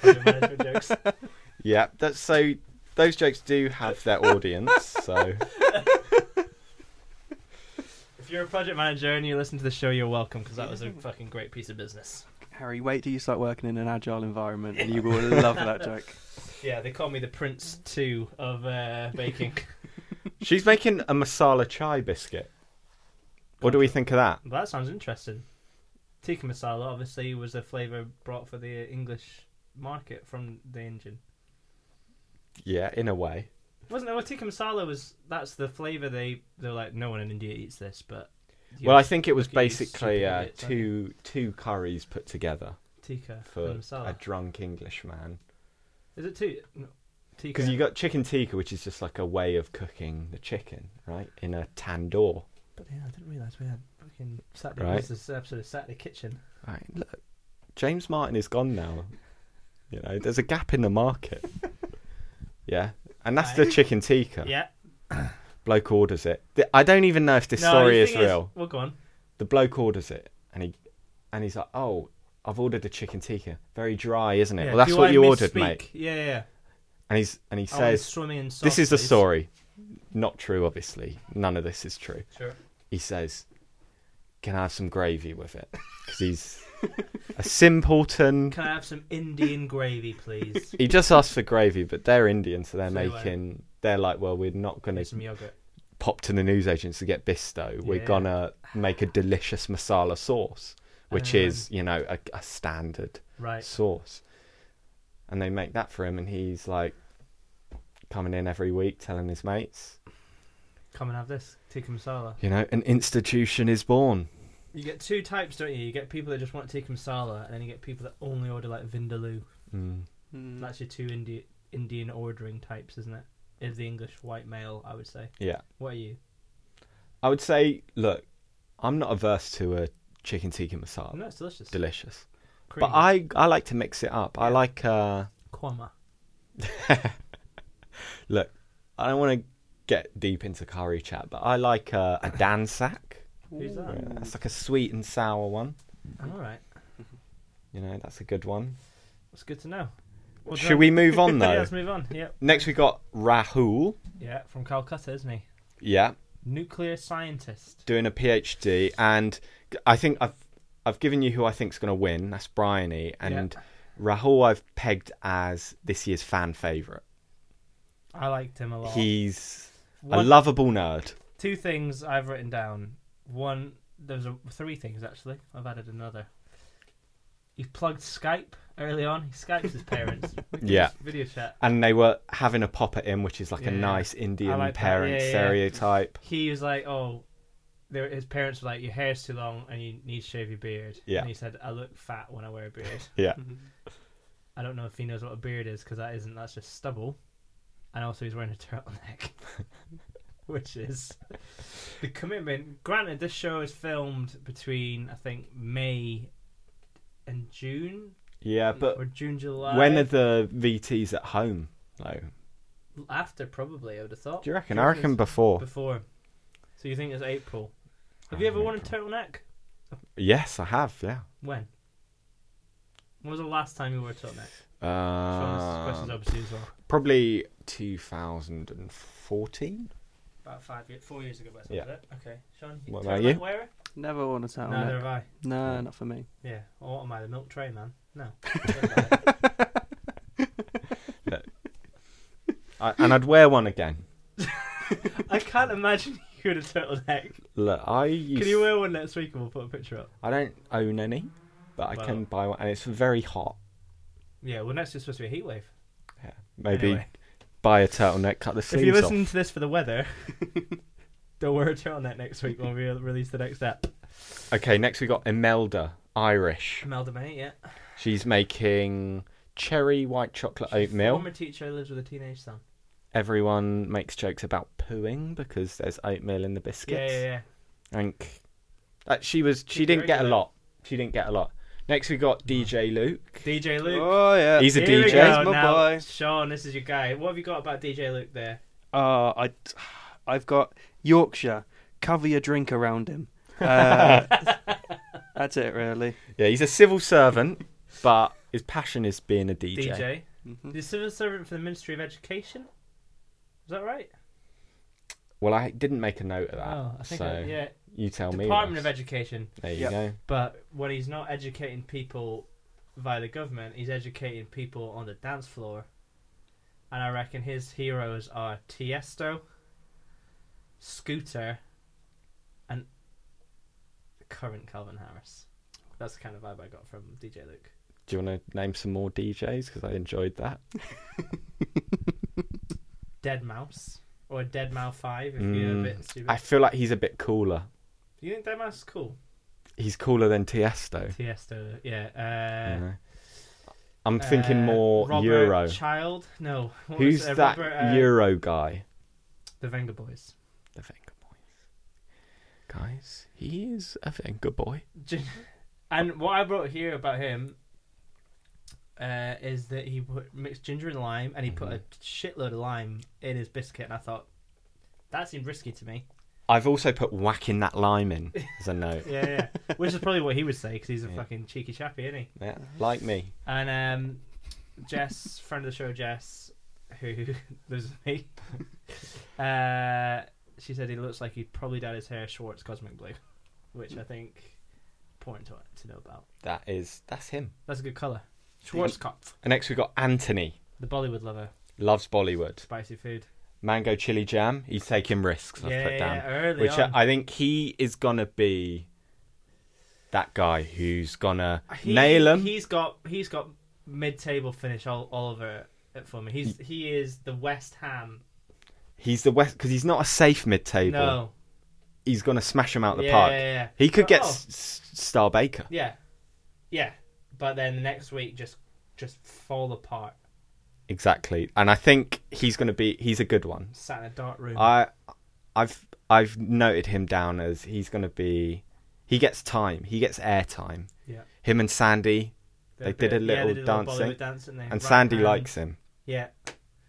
Speaker 2: Project manager jokes.
Speaker 1: yeah. That's so. Those jokes do have their audience. So
Speaker 2: If you're a project manager and you listen to the show, you're welcome because that was a fucking great piece of business.
Speaker 3: Harry, wait till you start working in an agile environment, and you will
Speaker 2: [laughs]
Speaker 3: love that joke.
Speaker 2: Yeah, they call me the Prince Two of uh, baking.
Speaker 1: she's making a masala chai biscuit. What do we think of that?
Speaker 2: that sounds interesting. tikka masala obviously was a flavour brought for the English market from the Indian.
Speaker 1: Yeah, in a way.
Speaker 2: Wasn't there? Well, tikka masala was that's the flavour they they're like no one in India eats this, but you
Speaker 1: Well,
Speaker 2: know,
Speaker 1: I think it was
Speaker 2: look at you
Speaker 1: basically
Speaker 2: stupid
Speaker 1: uh,
Speaker 2: idiots, aren't you?
Speaker 1: two two curries put together
Speaker 2: tikka
Speaker 1: for
Speaker 2: and masala.
Speaker 1: a drunk Englishman.
Speaker 2: Is it two? No, tikka.
Speaker 1: Because you got chicken tikka, which is just like a way of cooking the chicken, right? In a tandoor.
Speaker 2: But yeah, I didn't realise we had fucking Saturday.
Speaker 1: Right.
Speaker 2: This is an episode of Saturday Kitchen.
Speaker 1: Right, look, James Martin is gone now. You know, there's a gap in
Speaker 2: [laughs]
Speaker 1: the market. yeah, and that's the
Speaker 2: Right.
Speaker 1: chicken tikka.
Speaker 2: Yeah.
Speaker 1: Bloke orders it. Th- I don't even know if this
Speaker 2: No,
Speaker 1: story
Speaker 2: the
Speaker 1: is
Speaker 2: thing
Speaker 1: real.
Speaker 2: Well, go on.
Speaker 1: The bloke orders it, and he and he's like, "Oh, I've ordered a chicken tikka. Very dry, isn't it?
Speaker 2: Yeah,
Speaker 1: well, that's
Speaker 2: do
Speaker 1: what
Speaker 2: I
Speaker 1: you ordered,
Speaker 2: misspeak?
Speaker 1: mate."
Speaker 2: Yeah, yeah. yeah.
Speaker 1: And he's and he
Speaker 2: I want
Speaker 1: says,
Speaker 2: swimming in sauce,
Speaker 1: "This is the
Speaker 2: please."
Speaker 1: story. Not true, obviously. None of this is true."
Speaker 2: Sure.
Speaker 1: he says, "Can I have some gravy with it?" Because he's a simpleton.
Speaker 2: Can I have some Indian gravy,
Speaker 1: [laughs]
Speaker 2: please?
Speaker 1: He just asks for gravy, but they're Indian, so they're
Speaker 2: So, uh,
Speaker 1: making. They're like, "Well, we're not going
Speaker 2: And
Speaker 1: to
Speaker 2: some yogurt.
Speaker 1: pop to the newsagents to get bisto. We're
Speaker 2: Yeah.
Speaker 1: gonna make a delicious masala sauce, which
Speaker 2: Um,
Speaker 1: is, you know, a, a standard
Speaker 2: Right.
Speaker 1: sauce." And they make that for him, and he's like coming in every week telling his mates,
Speaker 2: Come and have this tikka masala.
Speaker 1: you know, an institution is born.
Speaker 2: You get two types, don't you? You get people that just want tikka masala, and then you get people that only order like vindaloo.
Speaker 1: Mm.
Speaker 3: Mm.
Speaker 2: That's your two Indi- Indian ordering types, isn't it? Is the English white male, I would say.
Speaker 1: Yeah.
Speaker 2: What are you?
Speaker 1: I would say, look, I'm not averse to a chicken tikka masala.
Speaker 2: No, it's delicious.
Speaker 1: Delicious,
Speaker 2: Creamy.
Speaker 1: Oh. but I I like to mix it up. I
Speaker 2: Yeah.
Speaker 1: like uh,
Speaker 2: Kwama.
Speaker 1: look. I don't want to get deep into curry chat, but I like uh,
Speaker 2: [coughs]
Speaker 1: a dansak.
Speaker 2: Who's that?
Speaker 1: Yeah,
Speaker 3: Mm.
Speaker 1: That's like a sweet and sour one.
Speaker 2: All right.
Speaker 1: You know, that's a good one.
Speaker 2: That's good to know. Well,
Speaker 1: Should
Speaker 2: done.
Speaker 1: we
Speaker 2: [laughs]
Speaker 1: move on
Speaker 2: Yeah,
Speaker 1: though?
Speaker 2: let's move on. Yep.
Speaker 1: Next we got Rahul.
Speaker 2: Yeah, from Calcutta, isn't he?
Speaker 1: Yeah,
Speaker 2: Nuclear scientist.
Speaker 1: doing a PhD, and I think I've I've given you who I think's going to win. That's Bryony and Rahul. I've pegged as this year's fan favorite.
Speaker 2: I liked him a lot.
Speaker 1: He's a
Speaker 2: One-
Speaker 1: lovable nerd.
Speaker 2: two things I've written down. One, there's a, three things actually. I've added another. He plugged Skype early on. He Skypes his
Speaker 1: [laughs]
Speaker 2: parents. We can
Speaker 1: Yeah.
Speaker 2: just Video chat.
Speaker 1: And they were having a pop at him, which is like a
Speaker 2: Yeah.
Speaker 1: nice Indian
Speaker 2: like that.
Speaker 1: parent
Speaker 2: Yeah, yeah, yeah.
Speaker 1: stereotype.
Speaker 2: He was like, "Oh, they were- his parents were like, your hair's too long and you need to shave your beard."
Speaker 1: Yeah.
Speaker 2: And he said, "I look fat when I wear a beard."
Speaker 1: Yeah.
Speaker 2: I don't know if he knows what a beard is because that isn't that's just stubble, and also he's wearing a turtleneck, [laughs] which is the commitment. Granted, this show is filmed between I think May and June
Speaker 1: Yeah, but
Speaker 2: or June July.
Speaker 1: when are the VTs at home? though?
Speaker 2: after probably I would have thought.
Speaker 1: Do you reckon? I reckon before.
Speaker 2: before? So you think it's April? Have
Speaker 1: I
Speaker 2: you ever
Speaker 1: think
Speaker 2: worn a turtleneck?
Speaker 1: Yes, I have, yeah.
Speaker 2: When? When was the last time you wore a turtleneck? Sean's question's
Speaker 1: Um,
Speaker 2: obviously as well.
Speaker 1: probably 2014.
Speaker 2: About five, years, four years ago, about
Speaker 1: Yeah.
Speaker 2: yeah. it? eh? Okay, Sean.
Speaker 1: What
Speaker 2: turtleneck
Speaker 1: about you?
Speaker 2: Wearer?
Speaker 3: Never want to settle.
Speaker 2: Neither
Speaker 3: No,
Speaker 2: have I.
Speaker 3: no, not for me.
Speaker 2: Yeah. Or what am I, the milk tray man? [laughs] No.
Speaker 1: I, and I'd wear one again.
Speaker 2: I can't imagine [laughs] you in a turtleneck.
Speaker 1: Look, I used,
Speaker 2: Can you uh, wear one next week and we'll put a picture up?
Speaker 1: I don't own any, but I
Speaker 2: Well.
Speaker 1: can buy one. And it's very hot.
Speaker 2: Yeah, well, next year's supposed to be a heat wave.
Speaker 1: Yeah. Maybe
Speaker 2: Anyway,
Speaker 1: buy a turtleneck, cut the
Speaker 2: if
Speaker 1: sleeves
Speaker 2: you
Speaker 1: off.
Speaker 2: listen to this for the weather, [laughs] don't wear a turtleneck next week when we release the next app.
Speaker 1: Okay, next we got Imelda, Irish.
Speaker 2: Imelda May, yeah.
Speaker 1: She's making cherry white chocolate
Speaker 2: She's a
Speaker 1: oatmeal.
Speaker 2: Former teacher lives with a teenage son.
Speaker 1: Everyone makes jokes about pooing because there's oatmeal in the biscuits.
Speaker 2: Yeah, yeah, yeah.
Speaker 1: Think that she was she
Speaker 2: She's
Speaker 1: didn't get a
Speaker 2: regular.
Speaker 1: lot. She didn't get a lot. Next we got DJ Luke.
Speaker 2: DJ Luke.
Speaker 3: Oh yeah.
Speaker 1: He's a
Speaker 2: Here we
Speaker 1: DJ.
Speaker 2: go
Speaker 3: He's my
Speaker 2: now.
Speaker 3: boy.
Speaker 2: Sean, this is your guy. What have you got about DJ Luke there?
Speaker 3: Uh, I, I've got Yorkshire caviar drink around him. Uh, that's it, really.
Speaker 1: Yeah, he's a civil servant, but his passion is being a DJ.
Speaker 2: DJ.
Speaker 3: Mhm.
Speaker 2: The civil servant for the Ministry of Education? Is that right?
Speaker 1: Well, I didn't make a note of that.
Speaker 2: oh, I think
Speaker 1: Ah, so
Speaker 2: I- yeah.
Speaker 1: you tell me.
Speaker 2: Department of
Speaker 1: Ross.
Speaker 2: Education.
Speaker 1: There you
Speaker 3: Yeah.
Speaker 1: go.
Speaker 2: But when he's not educating people via the government, he's educating people on the dance floor. And I reckon his heroes are Tiesto, Scooter, and the current Calvin Harris. That's the kind of vibe I got from DJ Luke.
Speaker 1: Do you want to name some more DJs? Because I enjoyed that.
Speaker 2: Dead Mouse or Dead Mouse Five if you're a
Speaker 1: Mm.
Speaker 2: bit stupid.
Speaker 1: I feel like he's a bit cooler.
Speaker 2: Do you think Dead Mouse is cool?
Speaker 1: He's cooler than Tiesto.
Speaker 2: Tiesto,
Speaker 1: you
Speaker 2: yeah. Uh,
Speaker 1: know? I'm thinking
Speaker 2: uh,
Speaker 1: more
Speaker 2: Robert
Speaker 1: Euro.
Speaker 2: Child, no. [laughs] What was
Speaker 1: Who's
Speaker 2: it? Uh,
Speaker 1: that
Speaker 2: Robert, uh,
Speaker 1: Euro guy?
Speaker 2: The Venga Boys.
Speaker 1: The Venga Boys. Guys, he is a Venga boy.
Speaker 2: Gen- and what I wrote here about him uh, is that he put, mixed ginger and lime, and he put a shitload of lime in his biscuit. And I thought that seemed risky to me.
Speaker 1: I've also put whacking that lime in as
Speaker 2: [laughs]
Speaker 1: a note.
Speaker 2: Yeah, yeah. which is probably what he would say because he's a
Speaker 1: Yeah.
Speaker 2: fucking cheeky chappy, isn't he?
Speaker 1: yeah, like me.
Speaker 2: And um, Jess, friend of the show, Jess, who [laughs] lives with me, uh, she said he looks like he probably dyed his hair Schwartz cosmic blue, which I think important to, to know about.
Speaker 1: That is that's him.
Speaker 2: That's a good color. Schwarzkopf.
Speaker 1: And next we got Anthony.
Speaker 2: The Bollywood lover,
Speaker 1: Loves Bollywood.
Speaker 2: spicy food.
Speaker 1: Mango chili jam. He's taking risks. I've
Speaker 2: yeah,
Speaker 1: put down.
Speaker 2: yeah, early
Speaker 1: Which
Speaker 2: on.
Speaker 1: I, I think he is gonna be that guy who's gonna
Speaker 2: He-
Speaker 1: nail him.
Speaker 2: He's got he's got mid-table finish all, all over it for me. He's
Speaker 1: Mm.
Speaker 2: he is the West Ham.
Speaker 1: he's the West because he's not a safe mid-table.
Speaker 2: No,
Speaker 1: He's gonna smash him out the
Speaker 2: yeah,
Speaker 1: park.
Speaker 2: yeah, yeah.
Speaker 1: He could get
Speaker 2: Oh.
Speaker 1: S- S- Star Baker.
Speaker 2: yeah, yeah. But then the next week just just fall apart.
Speaker 1: Exactly, and I think he's gonna be. He's a good one.
Speaker 2: Sat in a dark room.
Speaker 1: I, I've I've noted him down as he's gonna be. He gets time. He gets airtime.
Speaker 2: Yeah.
Speaker 1: Him and Sandy,
Speaker 2: They're
Speaker 1: they did a
Speaker 2: bit- yeah, they
Speaker 1: little
Speaker 2: did
Speaker 1: dancing.
Speaker 2: Bollywood dance, didn't they?
Speaker 1: and
Speaker 2: Right
Speaker 1: Sandy
Speaker 2: hand.
Speaker 1: likes him.
Speaker 2: Yeah.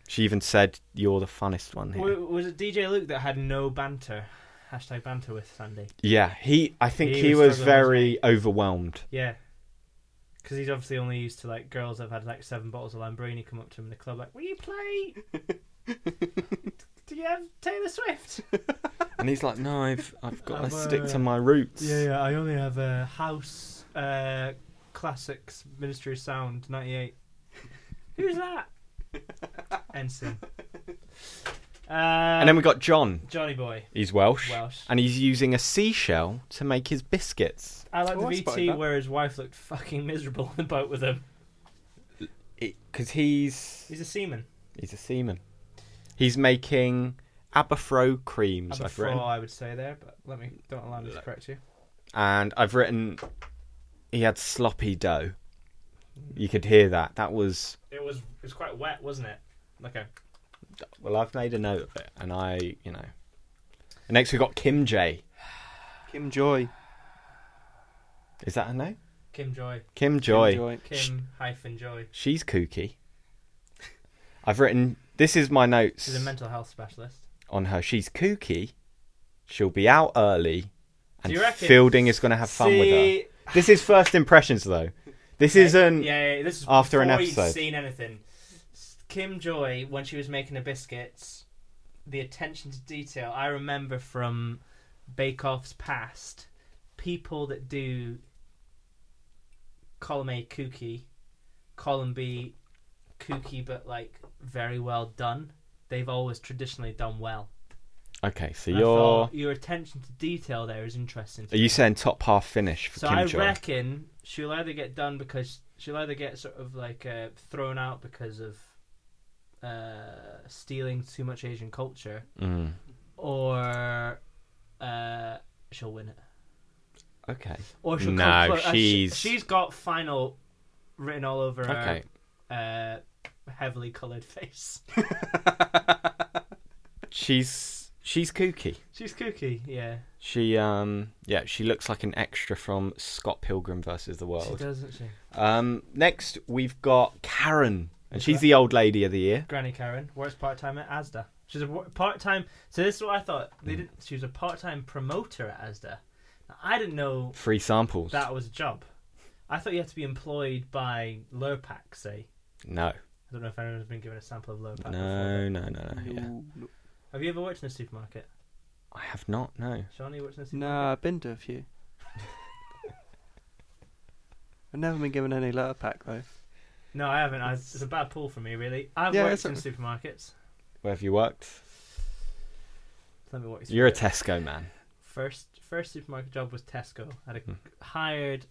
Speaker 1: She even said, "You're the funnest one here."
Speaker 2: W- Was it DJ Luke that had no banter? Hashtag banter with Sandy.
Speaker 1: yeah, he. I think
Speaker 2: He
Speaker 1: he,
Speaker 2: was
Speaker 1: was,
Speaker 2: struggling,
Speaker 1: very overwhelmed.
Speaker 2: Yeah. Because he's obviously only used to like girls that've had like seven bottles of Lambrini come up to him in the club like, "Will you play? Do you have Taylor Swift?"
Speaker 1: And he's like, "No, I've I've got
Speaker 2: I'm,
Speaker 1: to stick
Speaker 2: uh,
Speaker 1: to my roots."
Speaker 2: yeah. I only have a uh, house uh, classics Ministry of Sound '98. Who's that? Ensign. Uh,
Speaker 1: And then we got John.
Speaker 2: Johnny Boy
Speaker 1: He's Welsh,
Speaker 2: Welsh.
Speaker 1: and he's using a seashell to make his biscuits.
Speaker 2: I like
Speaker 3: Oh, I
Speaker 2: the
Speaker 3: spotted
Speaker 2: VT
Speaker 3: that.
Speaker 2: where his wife looked fucking miserable in the boat with him.
Speaker 1: Because he's
Speaker 2: He's a seaman.
Speaker 1: He's a seaman. He's making Aberfro creams.
Speaker 2: I'm a
Speaker 1: I've
Speaker 2: fraud,
Speaker 1: written,
Speaker 2: I would say there, but let me don't allow me to correct you.
Speaker 1: and I've written. He had sloppy dough. You could hear that. That was
Speaker 2: It was it was quite wet, wasn't it? Like a
Speaker 1: well. I've made a note of it, and I, you know. And next we got Kim J.
Speaker 3: Kim Joy.
Speaker 1: Is that her name?
Speaker 2: Kim Joy,
Speaker 1: Kim Joy.
Speaker 3: Kim Joy.
Speaker 2: Kim hyphen Joy.
Speaker 1: She's kooky. I've written. This is my notes
Speaker 2: She's a mental health specialist.
Speaker 1: on her. She's kooky. She'll be out early, and
Speaker 2: you reckon-
Speaker 1: Fielding is going to have fun with her.
Speaker 2: See-
Speaker 1: This is first impressions, though. This isn't.
Speaker 2: Yeah, yeah, this is
Speaker 1: after an
Speaker 2: before you'd
Speaker 1: episode.
Speaker 2: Seen anything? S- Kim Joy when she was making the biscuits, the attention to detail. I remember from Bake Off's past, people that do column A kooky, column B kooky, but like very well done. They've always traditionally done well.
Speaker 1: Okay, so
Speaker 2: And I
Speaker 1: you're
Speaker 2: thought your attention to detail there is interesting. To
Speaker 1: are
Speaker 2: me.
Speaker 1: you saying top half finish for
Speaker 2: So
Speaker 1: Kim
Speaker 2: I
Speaker 1: Jong?
Speaker 2: reckon she'll either get done because she'll either get sort of like uh, thrown out because of uh, stealing too much Asian culture,
Speaker 1: mm.
Speaker 2: or uh, she'll win it,
Speaker 1: Okay,
Speaker 2: or she'll
Speaker 1: No,
Speaker 2: come close. Uh, she,
Speaker 1: she's-
Speaker 2: she's got final written all over
Speaker 1: okay.
Speaker 2: her uh, heavily coloured [laughs] face.
Speaker 1: She's she's kooky.
Speaker 2: she's kooky, yeah.
Speaker 1: She um yeah she looks like an extra from Scott Pilgrim versus the
Speaker 2: She
Speaker 1: World.
Speaker 2: does, doesn't she?
Speaker 1: Um, next we've got Karen, and she's the old lady of the year.
Speaker 2: Granny Karen works part time at ASDA. She's a part time. So this is what I thought. They
Speaker 1: Hmm.
Speaker 2: didn't. She was a part time promoter at ASDA. Now, I didn't know
Speaker 1: Free samples.
Speaker 2: that was a job. I thought you had to be employed by Lurpak. Say,
Speaker 1: No,
Speaker 2: I don't know if anyone's been given a sample of Lurpak. Before,
Speaker 1: no, no, no, no. Uh, Yeah,
Speaker 3: No, no.
Speaker 2: but- Have you ever worked in a supermarket?
Speaker 1: I have not. No.
Speaker 2: Sean, you worked in a supermarket?
Speaker 3: Nah, I've been to a few. [laughs] I've never been given any letter pack though.
Speaker 2: No, I haven't. I, it's a bad pull for me, really. I've
Speaker 3: Yeah,
Speaker 2: worked
Speaker 3: it's a-
Speaker 2: in supermarkets.
Speaker 1: Where have you worked?
Speaker 2: Let me walk you through
Speaker 1: You're a
Speaker 2: it.
Speaker 1: Tesco man.
Speaker 2: First, first supermarket job was Tesco. I had a
Speaker 1: Hmm.
Speaker 2: hired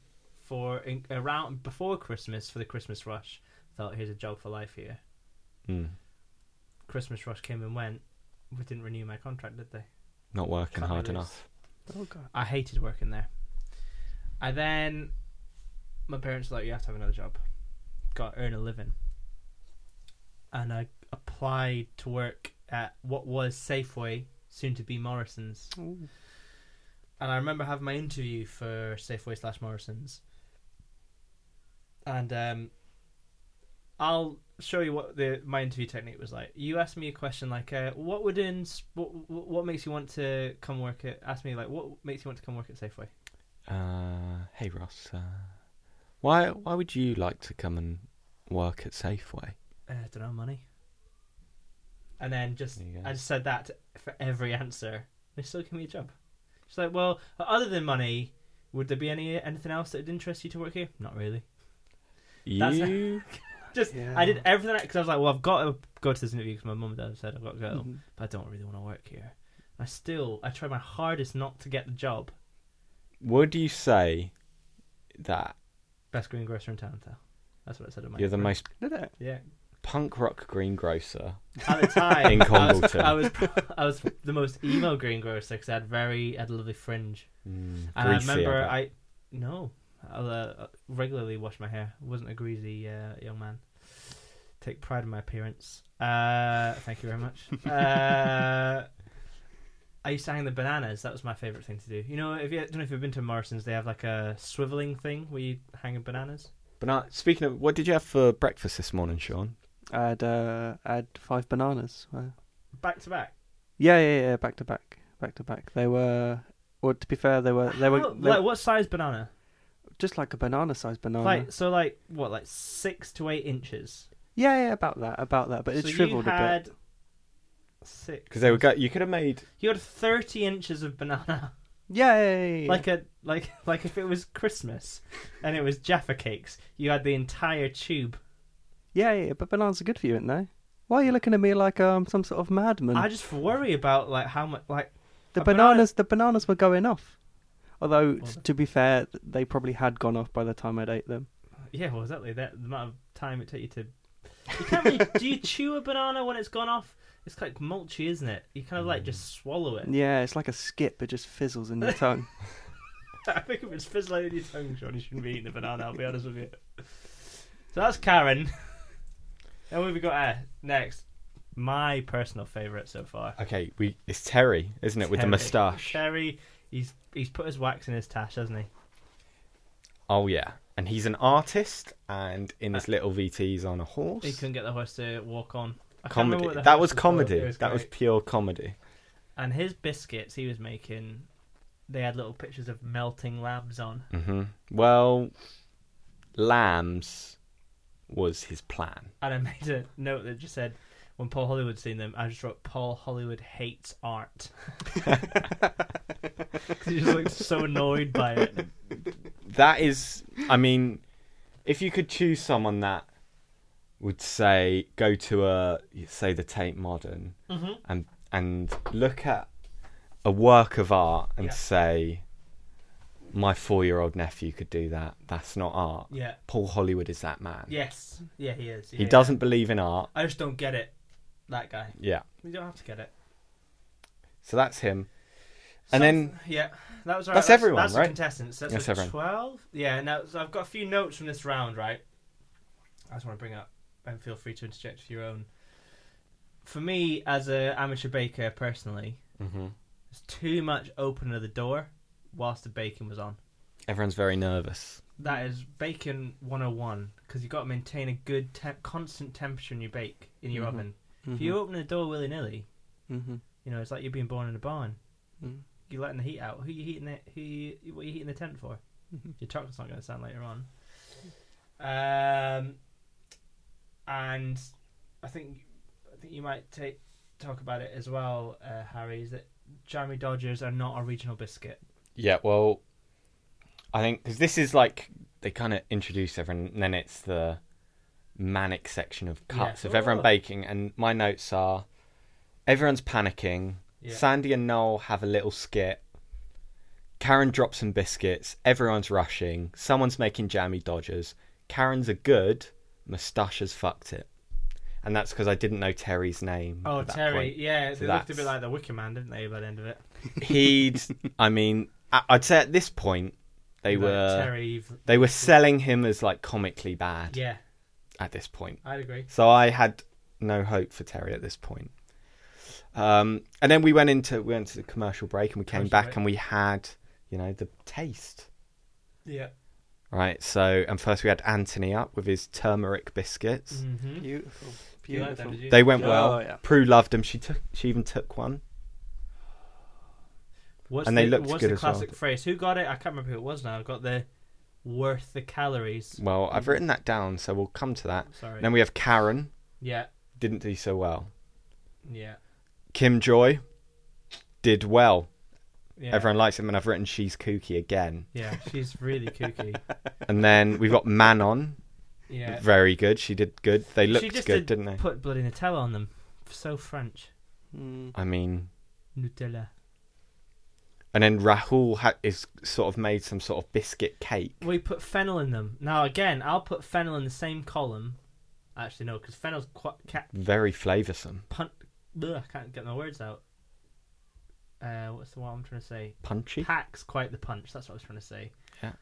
Speaker 2: for in, around before Christmas for the Christmas rush. Thought here's a job for life here.
Speaker 1: Mm.
Speaker 2: Christmas rush came and went. We didn't renew my contract, did they?
Speaker 1: Not
Speaker 2: Cut
Speaker 1: working
Speaker 2: my
Speaker 1: hard
Speaker 2: wrist.
Speaker 1: enough.
Speaker 3: Oh god.
Speaker 2: I hated working there. I then my parents were like, you have to have another job. Got to earn a living. And I applied to work at what was Safeway, soon to be Morrison's.
Speaker 3: Ooh.
Speaker 2: and I remember having my interview for Safeway slash Morrison's, and um, I'll show you what the my interview technique was like. You asked me a question like, uh, "What would in what what makes you want to come work at?" Ask me like, "What makes you want to come work at Safeway?"
Speaker 1: Uh, hey Ross, uh, why why would you like to come and work at Safeway?
Speaker 2: Uh, I don't know, money. And then just
Speaker 1: There you go.
Speaker 2: I just said that for every answer. They still give me a job. She's like, "Well, other than money." Would there be any anything else that would interest you to work here? Not really. That's-
Speaker 1: You
Speaker 2: Just
Speaker 3: Yeah.
Speaker 2: I did everything because I was like, well, I've got to go to this interview because my mum and dad have said I've got to go,
Speaker 3: Mhm.
Speaker 2: but I don't really want to work here. I still, I tried my hardest not to get the job.
Speaker 1: [laughs] would you say that
Speaker 2: Best greengrocer in town, though. That's what I said. in my
Speaker 1: you're the
Speaker 2: email.
Speaker 1: most
Speaker 3: Did it?
Speaker 2: yeah.
Speaker 1: punk rock greengrocer?
Speaker 2: At the time,
Speaker 1: [laughs] In
Speaker 2: I was,
Speaker 1: Congleton.
Speaker 2: I was, I was the most emo greengrocer because I had very, I had a lovely fringe,
Speaker 1: Mm,
Speaker 2: and
Speaker 1: greasy,
Speaker 2: I remember
Speaker 1: bet.
Speaker 2: I, no, I uh, regularly washed my hair. I wasn't a greasy uh, young man. Take pride in my appearance. Uh, thank you very
Speaker 3: [laughs]
Speaker 2: much. Uh, I used to hang the bananas. That was my favorite thing to do. You know, if you I don't know if you've been to Morrison's, they have like a swiveling thing where you hang bananas.
Speaker 1: But now, speaking of, what did you have for breakfast this morning, Sean?
Speaker 3: I had uh, I had five bananas. Uh,
Speaker 2: Back to back.
Speaker 3: yeah, yeah, yeah. Back to back, back to back. They were. Well, to be fair, they were. They were,
Speaker 2: How-
Speaker 3: they Oh,
Speaker 2: like,
Speaker 3: were
Speaker 2: what size banana?
Speaker 3: just like a banana-sized banana.
Speaker 2: Like so, like what, like six to eight inches.
Speaker 3: yeah, yeah, about that, about that. But it
Speaker 2: so
Speaker 3: shriveled
Speaker 2: you
Speaker 3: a
Speaker 2: had
Speaker 3: bit.
Speaker 2: Six.
Speaker 1: Because they were go- you could have made
Speaker 2: You had thirty inches of banana.
Speaker 3: Yeah, yeah, yeah, yeah.
Speaker 2: like a like [laughs] like if it was Christmas and it was Jaffa cakes, you had the entire tube.
Speaker 3: yeah, yeah, yeah, But bananas are good for you, aren't they? Why are you looking at me like um some sort of madman?
Speaker 2: I just worry about like how much like
Speaker 3: the
Speaker 2: a banana-
Speaker 3: bananas, the bananas were going off. Although,
Speaker 2: Well,
Speaker 3: t- to be fair, th- they probably had gone off by the time I'd ate them.
Speaker 2: yeah, well exactly that the amount of time it took you to. You can't really. do you chew a banana when it's gone off? It's like mulchy, isn't it? You kind of like just swallow it.
Speaker 3: Yeah, it's like a skip. It just fizzles in your tongue.
Speaker 2: [laughs] I think if it's fizzling in your tongue, Sean, you shouldn't be eating the banana. I'll be honest with you. So that's Karen. [laughs] And what have we got uh, next? My personal favourite so far.
Speaker 1: okay. We it's Terry, isn't it, with the
Speaker 2: Terry.
Speaker 1: moustache?
Speaker 2: Terry, he's he's put his wax in his tash, hasn't he?
Speaker 1: Oh yeah, and he's an artist, and in his little VT's on a horse.
Speaker 2: Uh, He couldn't get the horse to walk on. I can't remember
Speaker 1: comedy.
Speaker 2: what the
Speaker 1: That
Speaker 2: horse
Speaker 1: was
Speaker 2: called.
Speaker 1: comedy.
Speaker 2: It was
Speaker 1: that was
Speaker 2: great.
Speaker 1: pure comedy.
Speaker 2: And his biscuits he was making, they had little pictures of melting lambs on.
Speaker 1: hmm Well, lambs was his plan.
Speaker 2: And I [laughs] made a note that just said, when Paul Hollywood seen them, I just wrote, Paul Hollywood hates
Speaker 1: [laughs]
Speaker 2: art. [laughs] 'Cause he just looked so annoyed by it.
Speaker 1: That is, I mean, if you could choose someone that would say go to a say the Tate Modern
Speaker 2: hmm
Speaker 1: and and look at a work of art and
Speaker 2: Yeah.
Speaker 1: say my four-year-old nephew could do that. That's not art.
Speaker 2: Yeah.
Speaker 1: Paul Hollywood is that man.
Speaker 2: Yes. Yeah, he is.
Speaker 1: he
Speaker 2: Yeah,
Speaker 1: doesn't believe in art.
Speaker 2: yeah. I just don't get it. That guy.
Speaker 1: Yeah.
Speaker 2: We don't have to get it.
Speaker 1: So that's him. And then-
Speaker 2: yeah, that was all right.
Speaker 1: That's
Speaker 2: that's
Speaker 1: everyone,
Speaker 2: that's
Speaker 1: right?
Speaker 2: The contestants. That's,
Speaker 1: That's
Speaker 2: the
Speaker 1: everyone.
Speaker 2: twelve. Yeah. Now so I've got a few notes from this round, right? I just want to bring up and feel free to interject with your own. For me, as a amateur baker personally,
Speaker 1: Mm-hmm.
Speaker 2: there's too much opening of the door whilst the baking was on.
Speaker 1: Everyone's very nervous.
Speaker 2: That is baking 101 because you've got to maintain a good temp- constant temperature in your bake in your
Speaker 3: Mhm.
Speaker 1: Mm-hmm,
Speaker 2: oven. If you open the door willy nilly,
Speaker 3: Mm-hmm.
Speaker 2: you know it's like you're being born in a barn. You're letting the heat out. Who you heating it? Who you, what are you heating the tent for?
Speaker 3: Mm-hmm.
Speaker 2: Your chocolate's not going to sound later on. Um, and I think I think you might take talk about it as well, uh, Harry. Is that Jeremy Dodgers are not a regional biscuit?
Speaker 1: Yeah, well, I think because this is like they kind of introduce everyone, and then it's the manic section of cuts
Speaker 2: Yeah.
Speaker 1: of everyone
Speaker 2: Oh.
Speaker 1: baking. And my notes are everyone's panicking.
Speaker 2: Yeah.
Speaker 1: Sandy and Noel have a little skit. Karen drops some biscuits. Everyone's rushing. Someone's making jammy dodgers. Karen's are good. Mustache's fucked it. And that's because I didn't know Terry's name.
Speaker 2: Oh,
Speaker 1: at that
Speaker 2: Terry.
Speaker 1: point.
Speaker 2: Yeah,
Speaker 1: So
Speaker 2: they looked a bit
Speaker 1: that's-
Speaker 2: like the Wicker Man, didn't they, by the end of it? [laughs]
Speaker 1: He'd. I mean, I- I'd say at this point, they
Speaker 2: Like,
Speaker 1: were.
Speaker 2: Terry. v-
Speaker 1: They were selling him as like comically bad
Speaker 2: Yeah,
Speaker 1: at this point.
Speaker 2: I'd agree.
Speaker 1: So I had no hope for Terry at this point. Um, and then we went into we went to the commercial break and we came
Speaker 2: Commercial
Speaker 1: back
Speaker 2: break.
Speaker 1: and we had you know the taste
Speaker 2: Yeah.
Speaker 1: right. So and first we had Anthony up with his turmeric biscuits.
Speaker 2: Mm-hmm.
Speaker 3: Beautiful.
Speaker 2: You liked that,
Speaker 3: Beautiful.
Speaker 2: did you?
Speaker 1: They went
Speaker 3: Oh,
Speaker 1: well.
Speaker 3: yeah.
Speaker 1: Prue loved them. She took she even took one.
Speaker 2: What's
Speaker 1: and
Speaker 2: the,
Speaker 1: they looked
Speaker 2: what's
Speaker 1: good
Speaker 2: the
Speaker 1: as well.
Speaker 2: classic phrase? Who got it? I can't remember who it was now. Got the worth the calories.
Speaker 1: Well, I've written that down, so we'll come to that.
Speaker 2: Sorry.
Speaker 1: Then we have Karen
Speaker 2: yeah,
Speaker 1: didn't do so well.
Speaker 2: yeah,
Speaker 1: Kim Joy did well.
Speaker 2: yeah.
Speaker 1: Everyone likes him, and I've written she's kooky again.
Speaker 2: Yeah, she's really kooky.
Speaker 1: And then we've got Manon,
Speaker 2: Yeah.
Speaker 1: very good. She did good. They
Speaker 2: she
Speaker 1: looked
Speaker 2: just
Speaker 1: good,
Speaker 2: did
Speaker 1: didn't they?
Speaker 2: Put bloody Nutella on them. So French.
Speaker 3: Mm.
Speaker 1: I mean,
Speaker 2: Nutella.
Speaker 1: and then Rahul ha- is sort of made some sort of biscuit cake.
Speaker 2: We put fennel in them. Now again, I'll put fennel in the same column. Actually, no, because fennel's quite cat
Speaker 1: Very flavoursome,
Speaker 2: punt. Ugh, I can't get my words out. Uh, what's the one I'm trying to say?
Speaker 1: punchy.
Speaker 2: Packs quite the punch. That's what I was trying to say.
Speaker 1: Yeah.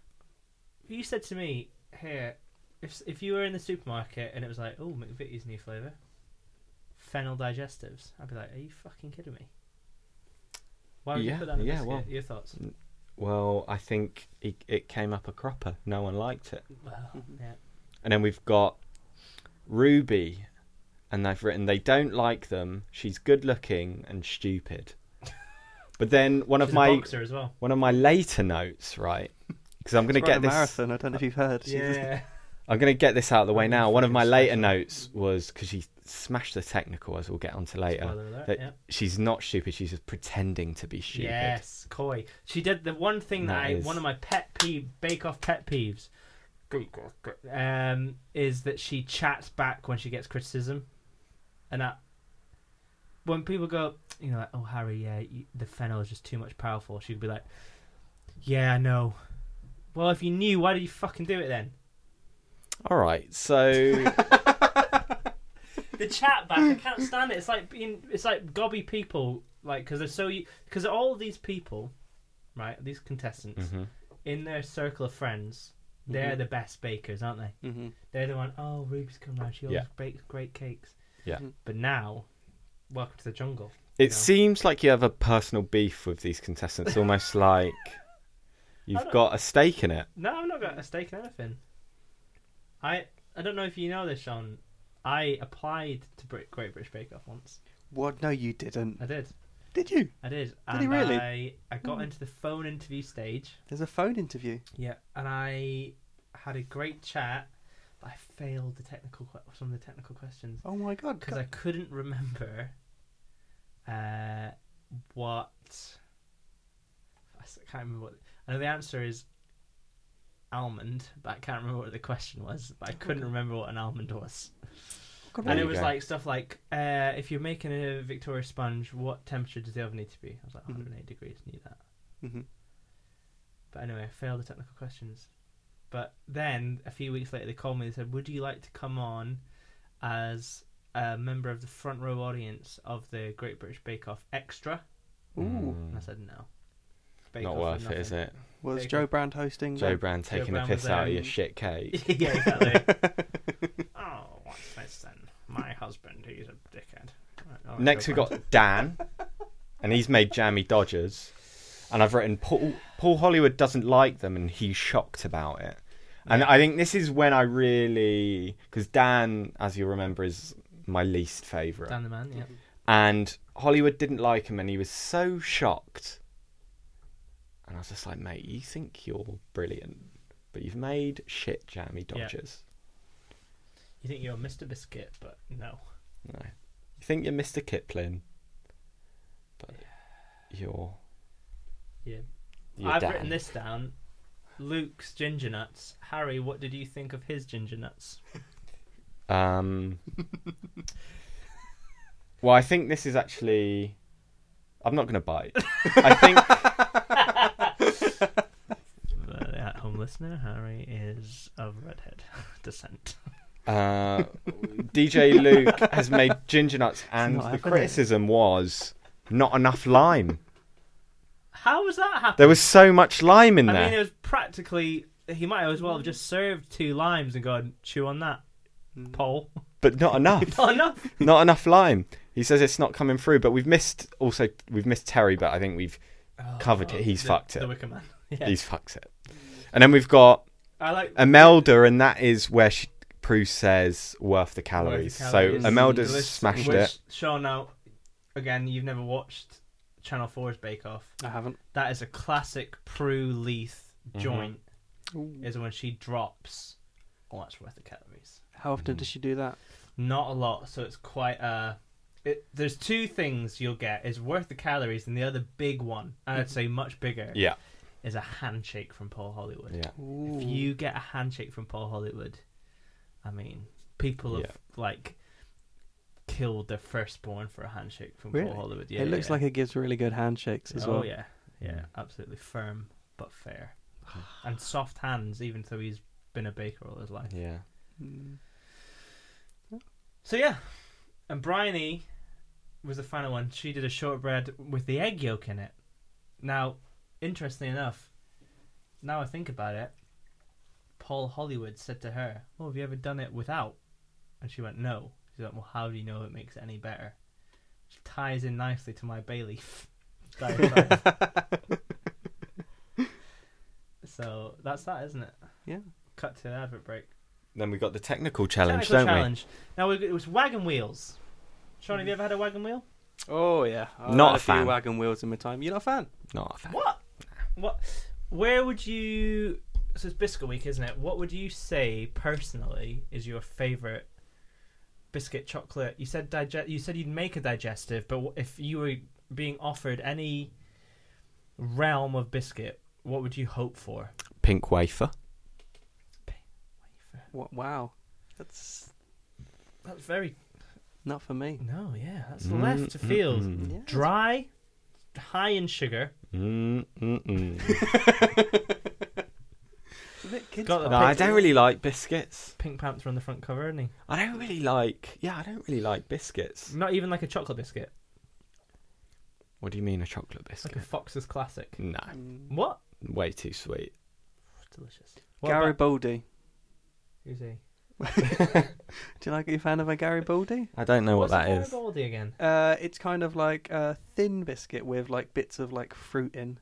Speaker 2: You said to me, "Here, if if you were in the supermarket and it was like, oh, McVitie's new flavour, fennel digestives," I'd be like, "Are you fucking kidding me?" Why would you
Speaker 1: Yeah,
Speaker 2: put that in a
Speaker 1: yeah,
Speaker 2: biscuit?
Speaker 1: well. Mm.
Speaker 2: Your thoughts?
Speaker 1: Well, I think it, it came up a cropper. No one liked it.
Speaker 2: Well, yeah.
Speaker 1: And then we've got Ruby, and they've written they don't like them. She's good looking
Speaker 2: [laughs]
Speaker 1: and stupid. But then one of
Speaker 2: She's a
Speaker 1: my
Speaker 2: boxer as well.
Speaker 1: one of my later notes, right? Because I'm going to
Speaker 3: It's quite a
Speaker 1: get this.
Speaker 3: marathon. I don't know if you've heard.
Speaker 1: I'm going to get this out of the way
Speaker 2: I'm
Speaker 1: now. One of my
Speaker 2: fucking
Speaker 1: later
Speaker 2: special.
Speaker 1: notes was because she smashed the technical, as we'll get onto later.
Speaker 2: Spoiler alert,
Speaker 1: That
Speaker 2: yeah.
Speaker 1: she's not stupid. She's just pretending to be stupid.
Speaker 2: Yes, coy. She did the one thing that,
Speaker 1: That
Speaker 2: I
Speaker 1: is-
Speaker 2: one of my pet peeve Bake Off pet peeves. Um, is that she chats back when she gets criticism, and that when people go, you know, like, oh Harry, yeah, you, the fennel is just too much powerful. She'd be like, yeah, I know. Well, if you knew, why did you fucking do it then?
Speaker 1: All right.
Speaker 2: [laughs]
Speaker 1: So
Speaker 2: The chat back, I can't stand it. It's like being, it's like gobby people, like because they're so, because all these people, right, these contestants,
Speaker 1: Mhm.
Speaker 2: in their circle of friends, they're
Speaker 3: Mhm.
Speaker 2: the best bakers, aren't they?
Speaker 3: Mm-hmm.
Speaker 2: They're the one, oh, Ruby's come round. She always
Speaker 1: Yeah.
Speaker 2: bakes great cakes.
Speaker 1: Yeah.
Speaker 3: Mhm.
Speaker 2: But now, welcome to the jungle.
Speaker 1: it
Speaker 2: No.
Speaker 1: seems like you have a personal beef with these
Speaker 2: [laughs]
Speaker 1: contestants, almost like
Speaker 2: I
Speaker 1: you've
Speaker 2: don't-
Speaker 1: got a stake in it.
Speaker 2: No, I've not got a stake in anything. I I don't know if you know this, Sean. I applied to Brit- Great British Bake Off once.
Speaker 3: What? No, you didn't.
Speaker 2: I did.
Speaker 3: Did you?
Speaker 2: I did.
Speaker 3: Did
Speaker 2: And
Speaker 3: he really?
Speaker 2: I, I got into the phone interview stage.
Speaker 3: There's a phone interview.
Speaker 2: Yeah. And I had a great chat, but I failed the technical que- some of the technical questions.
Speaker 3: Oh my god.
Speaker 2: because I couldn't remember uh, what I s- can't remember what. I know the answer is almond, but I can't remember what the question was. But I couldn't remember what an almond was,
Speaker 3: God,
Speaker 1: There
Speaker 2: and
Speaker 1: you
Speaker 2: it was
Speaker 1: go.
Speaker 2: like stuff like uh, if you're making a Victoria sponge, what temperature does the oven need to be? I was like
Speaker 3: Mhm.
Speaker 2: 108 degrees, knew that.
Speaker 1: Mm-hmm.
Speaker 3: hmm
Speaker 2: But anyway, I failed the technical questions. But then a few weeks later, they called me and said, "Would you like to come on as a member of the front row audience of the Great British Bake Off Extra?"
Speaker 3: Ooh.
Speaker 2: And I
Speaker 1: Mm,
Speaker 2: said, "No."
Speaker 1: not worth it, is it?
Speaker 3: Was
Speaker 2: Big
Speaker 3: Joe Brand hosting?
Speaker 1: Joe
Speaker 3: that?
Speaker 1: Brand taking
Speaker 2: Brand
Speaker 1: the
Speaker 2: was
Speaker 1: piss out of
Speaker 2: there.
Speaker 1: your shit cake.
Speaker 2: [laughs] yeah, exactly.
Speaker 1: [laughs]
Speaker 2: oh, what's this then? My husband, he's a dickhead. Right, all right,
Speaker 1: Next,
Speaker 2: go
Speaker 1: we
Speaker 2: back. [laughs]
Speaker 1: got Dan, and he's made jammy dodgers. And I've written Paul, Paul Hollywood doesn't like them, and he's shocked about it. And I think this is when I really, because Dan, as you'll remember, is my least favorite.
Speaker 2: Dan the man. Yeah.
Speaker 1: And Hollywood didn't like him, and he was so shocked. And I was just like, mate, you think you're brilliant, but you've made shit jammy
Speaker 2: Yeah.
Speaker 1: dodgers.
Speaker 2: You think you're Mr. Biscuit, but no.
Speaker 1: No, you think you're Mr. Kipling, but you're.
Speaker 2: Yeah.
Speaker 1: you're
Speaker 2: I've
Speaker 1: Dan.
Speaker 2: written this down. Luke's ginger nuts. Harry, what did you think of his ginger nuts? [laughs]
Speaker 1: Um, well, I think this is actually. I'm not going to bite. I think
Speaker 2: uh, listener, Harry is of redhead [laughs] descent.
Speaker 1: Uh, DJ Luke has made ginger nuts, and
Speaker 2: not
Speaker 1: the
Speaker 2: happening.
Speaker 1: criticism was not enough lime.
Speaker 2: How was that happen?
Speaker 1: There was so much lime in
Speaker 2: I
Speaker 1: there.
Speaker 2: mean, it was practically. He might as well have just served two limes and gone chew on that, Paul. [laughs]
Speaker 1: but not enough.
Speaker 2: Not enough.
Speaker 1: not enough lime. He says it's not coming through, but we've missed also we've missed Terry, but I think we've covered it. He's
Speaker 2: the,
Speaker 1: fucked
Speaker 2: The
Speaker 1: it.
Speaker 2: Wicker Man. [laughs] Yeah.
Speaker 1: he's fucked it. And then we've got
Speaker 2: I like
Speaker 1: Imelda, and that is where she, Prue says worth the calories.
Speaker 2: calories.
Speaker 1: So Imelda's
Speaker 2: Delicious.
Speaker 1: smashed
Speaker 2: which,
Speaker 1: it.
Speaker 2: Sean, now again, you've never watched Channel 4's Bake Off.
Speaker 3: I haven't.
Speaker 2: That is a classic Prue Leith
Speaker 1: Mm-hmm.
Speaker 2: joint. Is when she drops. Oh, that's worth the calories.
Speaker 3: How often does she do that?
Speaker 2: Not a lot, so it's quite a. It, there's two things you'll get is worth the calories, and the other big one, and
Speaker 3: Mm-hmm.
Speaker 2: I'd say much bigger,
Speaker 1: Yeah,
Speaker 2: is a handshake from Paul Hollywood.
Speaker 1: yeah.
Speaker 2: If you get a handshake from Paul Hollywood, I mean, people have
Speaker 1: Yeah.
Speaker 2: like killed their firstborn for a handshake from
Speaker 3: Really?
Speaker 2: Paul Hollywood. Yeah,
Speaker 3: it looks
Speaker 2: yeah.
Speaker 3: like it gives really good handshakes as
Speaker 2: oh
Speaker 3: well. Mm.
Speaker 2: yeah, yeah, absolutely firm but
Speaker 3: [sighs]
Speaker 2: fair, and soft hands, even though he's been a baker all his life.
Speaker 1: Yeah.
Speaker 3: Mm.
Speaker 2: So yeah, and Bryony was the final one. She did a shortbread with the egg yolk in it. Now, interestingly enough, now I think about it, Paul Hollywood said to her, "Well, have you ever done it without?" And she went, "No." She went, "Well, how do you know it makes it any better?" Which ties in nicely to my bay leaf. [laughs] diagram. so that's that, isn't it?
Speaker 3: Yeah.
Speaker 2: Cut to an advert break.
Speaker 1: Then we got the technical challenge,
Speaker 2: Technical
Speaker 1: don't
Speaker 2: challenge. Now we it was wagon wheels. Sean, have you ever had a wagon wheel?
Speaker 3: Oh yeah. I've
Speaker 1: Not
Speaker 3: had
Speaker 1: a fan.
Speaker 3: Few wagon wheels in my time. You're not a fan.
Speaker 1: we? Not a fan.
Speaker 2: What? What? Where would you? So it's biscuit week, isn't it? What would you say personally is your favorite biscuit chocolate? You said digest. You said you'd make a digestive, but wh- if you were being offered any realm of biscuit, what would you hope for?
Speaker 1: Pink wafer.
Speaker 3: Wha Wow. That's
Speaker 2: That's very
Speaker 3: not for me.
Speaker 2: no, yeah, that's
Speaker 1: Mm,
Speaker 2: left field.
Speaker 1: mm,
Speaker 3: Yeah.
Speaker 2: Dry, high in sugar. [laughs]
Speaker 1: Mm, mm, mm.
Speaker 3: It's a bit kids.
Speaker 2: Got the
Speaker 1: no, I don't really like biscuits.
Speaker 2: Pink Panther on the front cover, isn't he?
Speaker 1: I don't really like. Yeah, I don't really like biscuits.
Speaker 2: Not even like a chocolate biscuit,
Speaker 1: What do you mean a chocolate
Speaker 2: It's like a
Speaker 1: biscuit?
Speaker 2: Fox's classic.
Speaker 1: No,
Speaker 3: Mm.
Speaker 2: What?
Speaker 1: way too sweet.
Speaker 2: Delicious. What about-
Speaker 3: Garibaldi.
Speaker 2: Who's he?
Speaker 3: Do you like? Are you a fan of a Garibaldi?
Speaker 1: I don't know what
Speaker 2: What's
Speaker 1: that
Speaker 2: a
Speaker 1: is.
Speaker 2: Garibaldi again?
Speaker 3: Uh, it's kind of like a thin biscuit with like bits of like fruit in.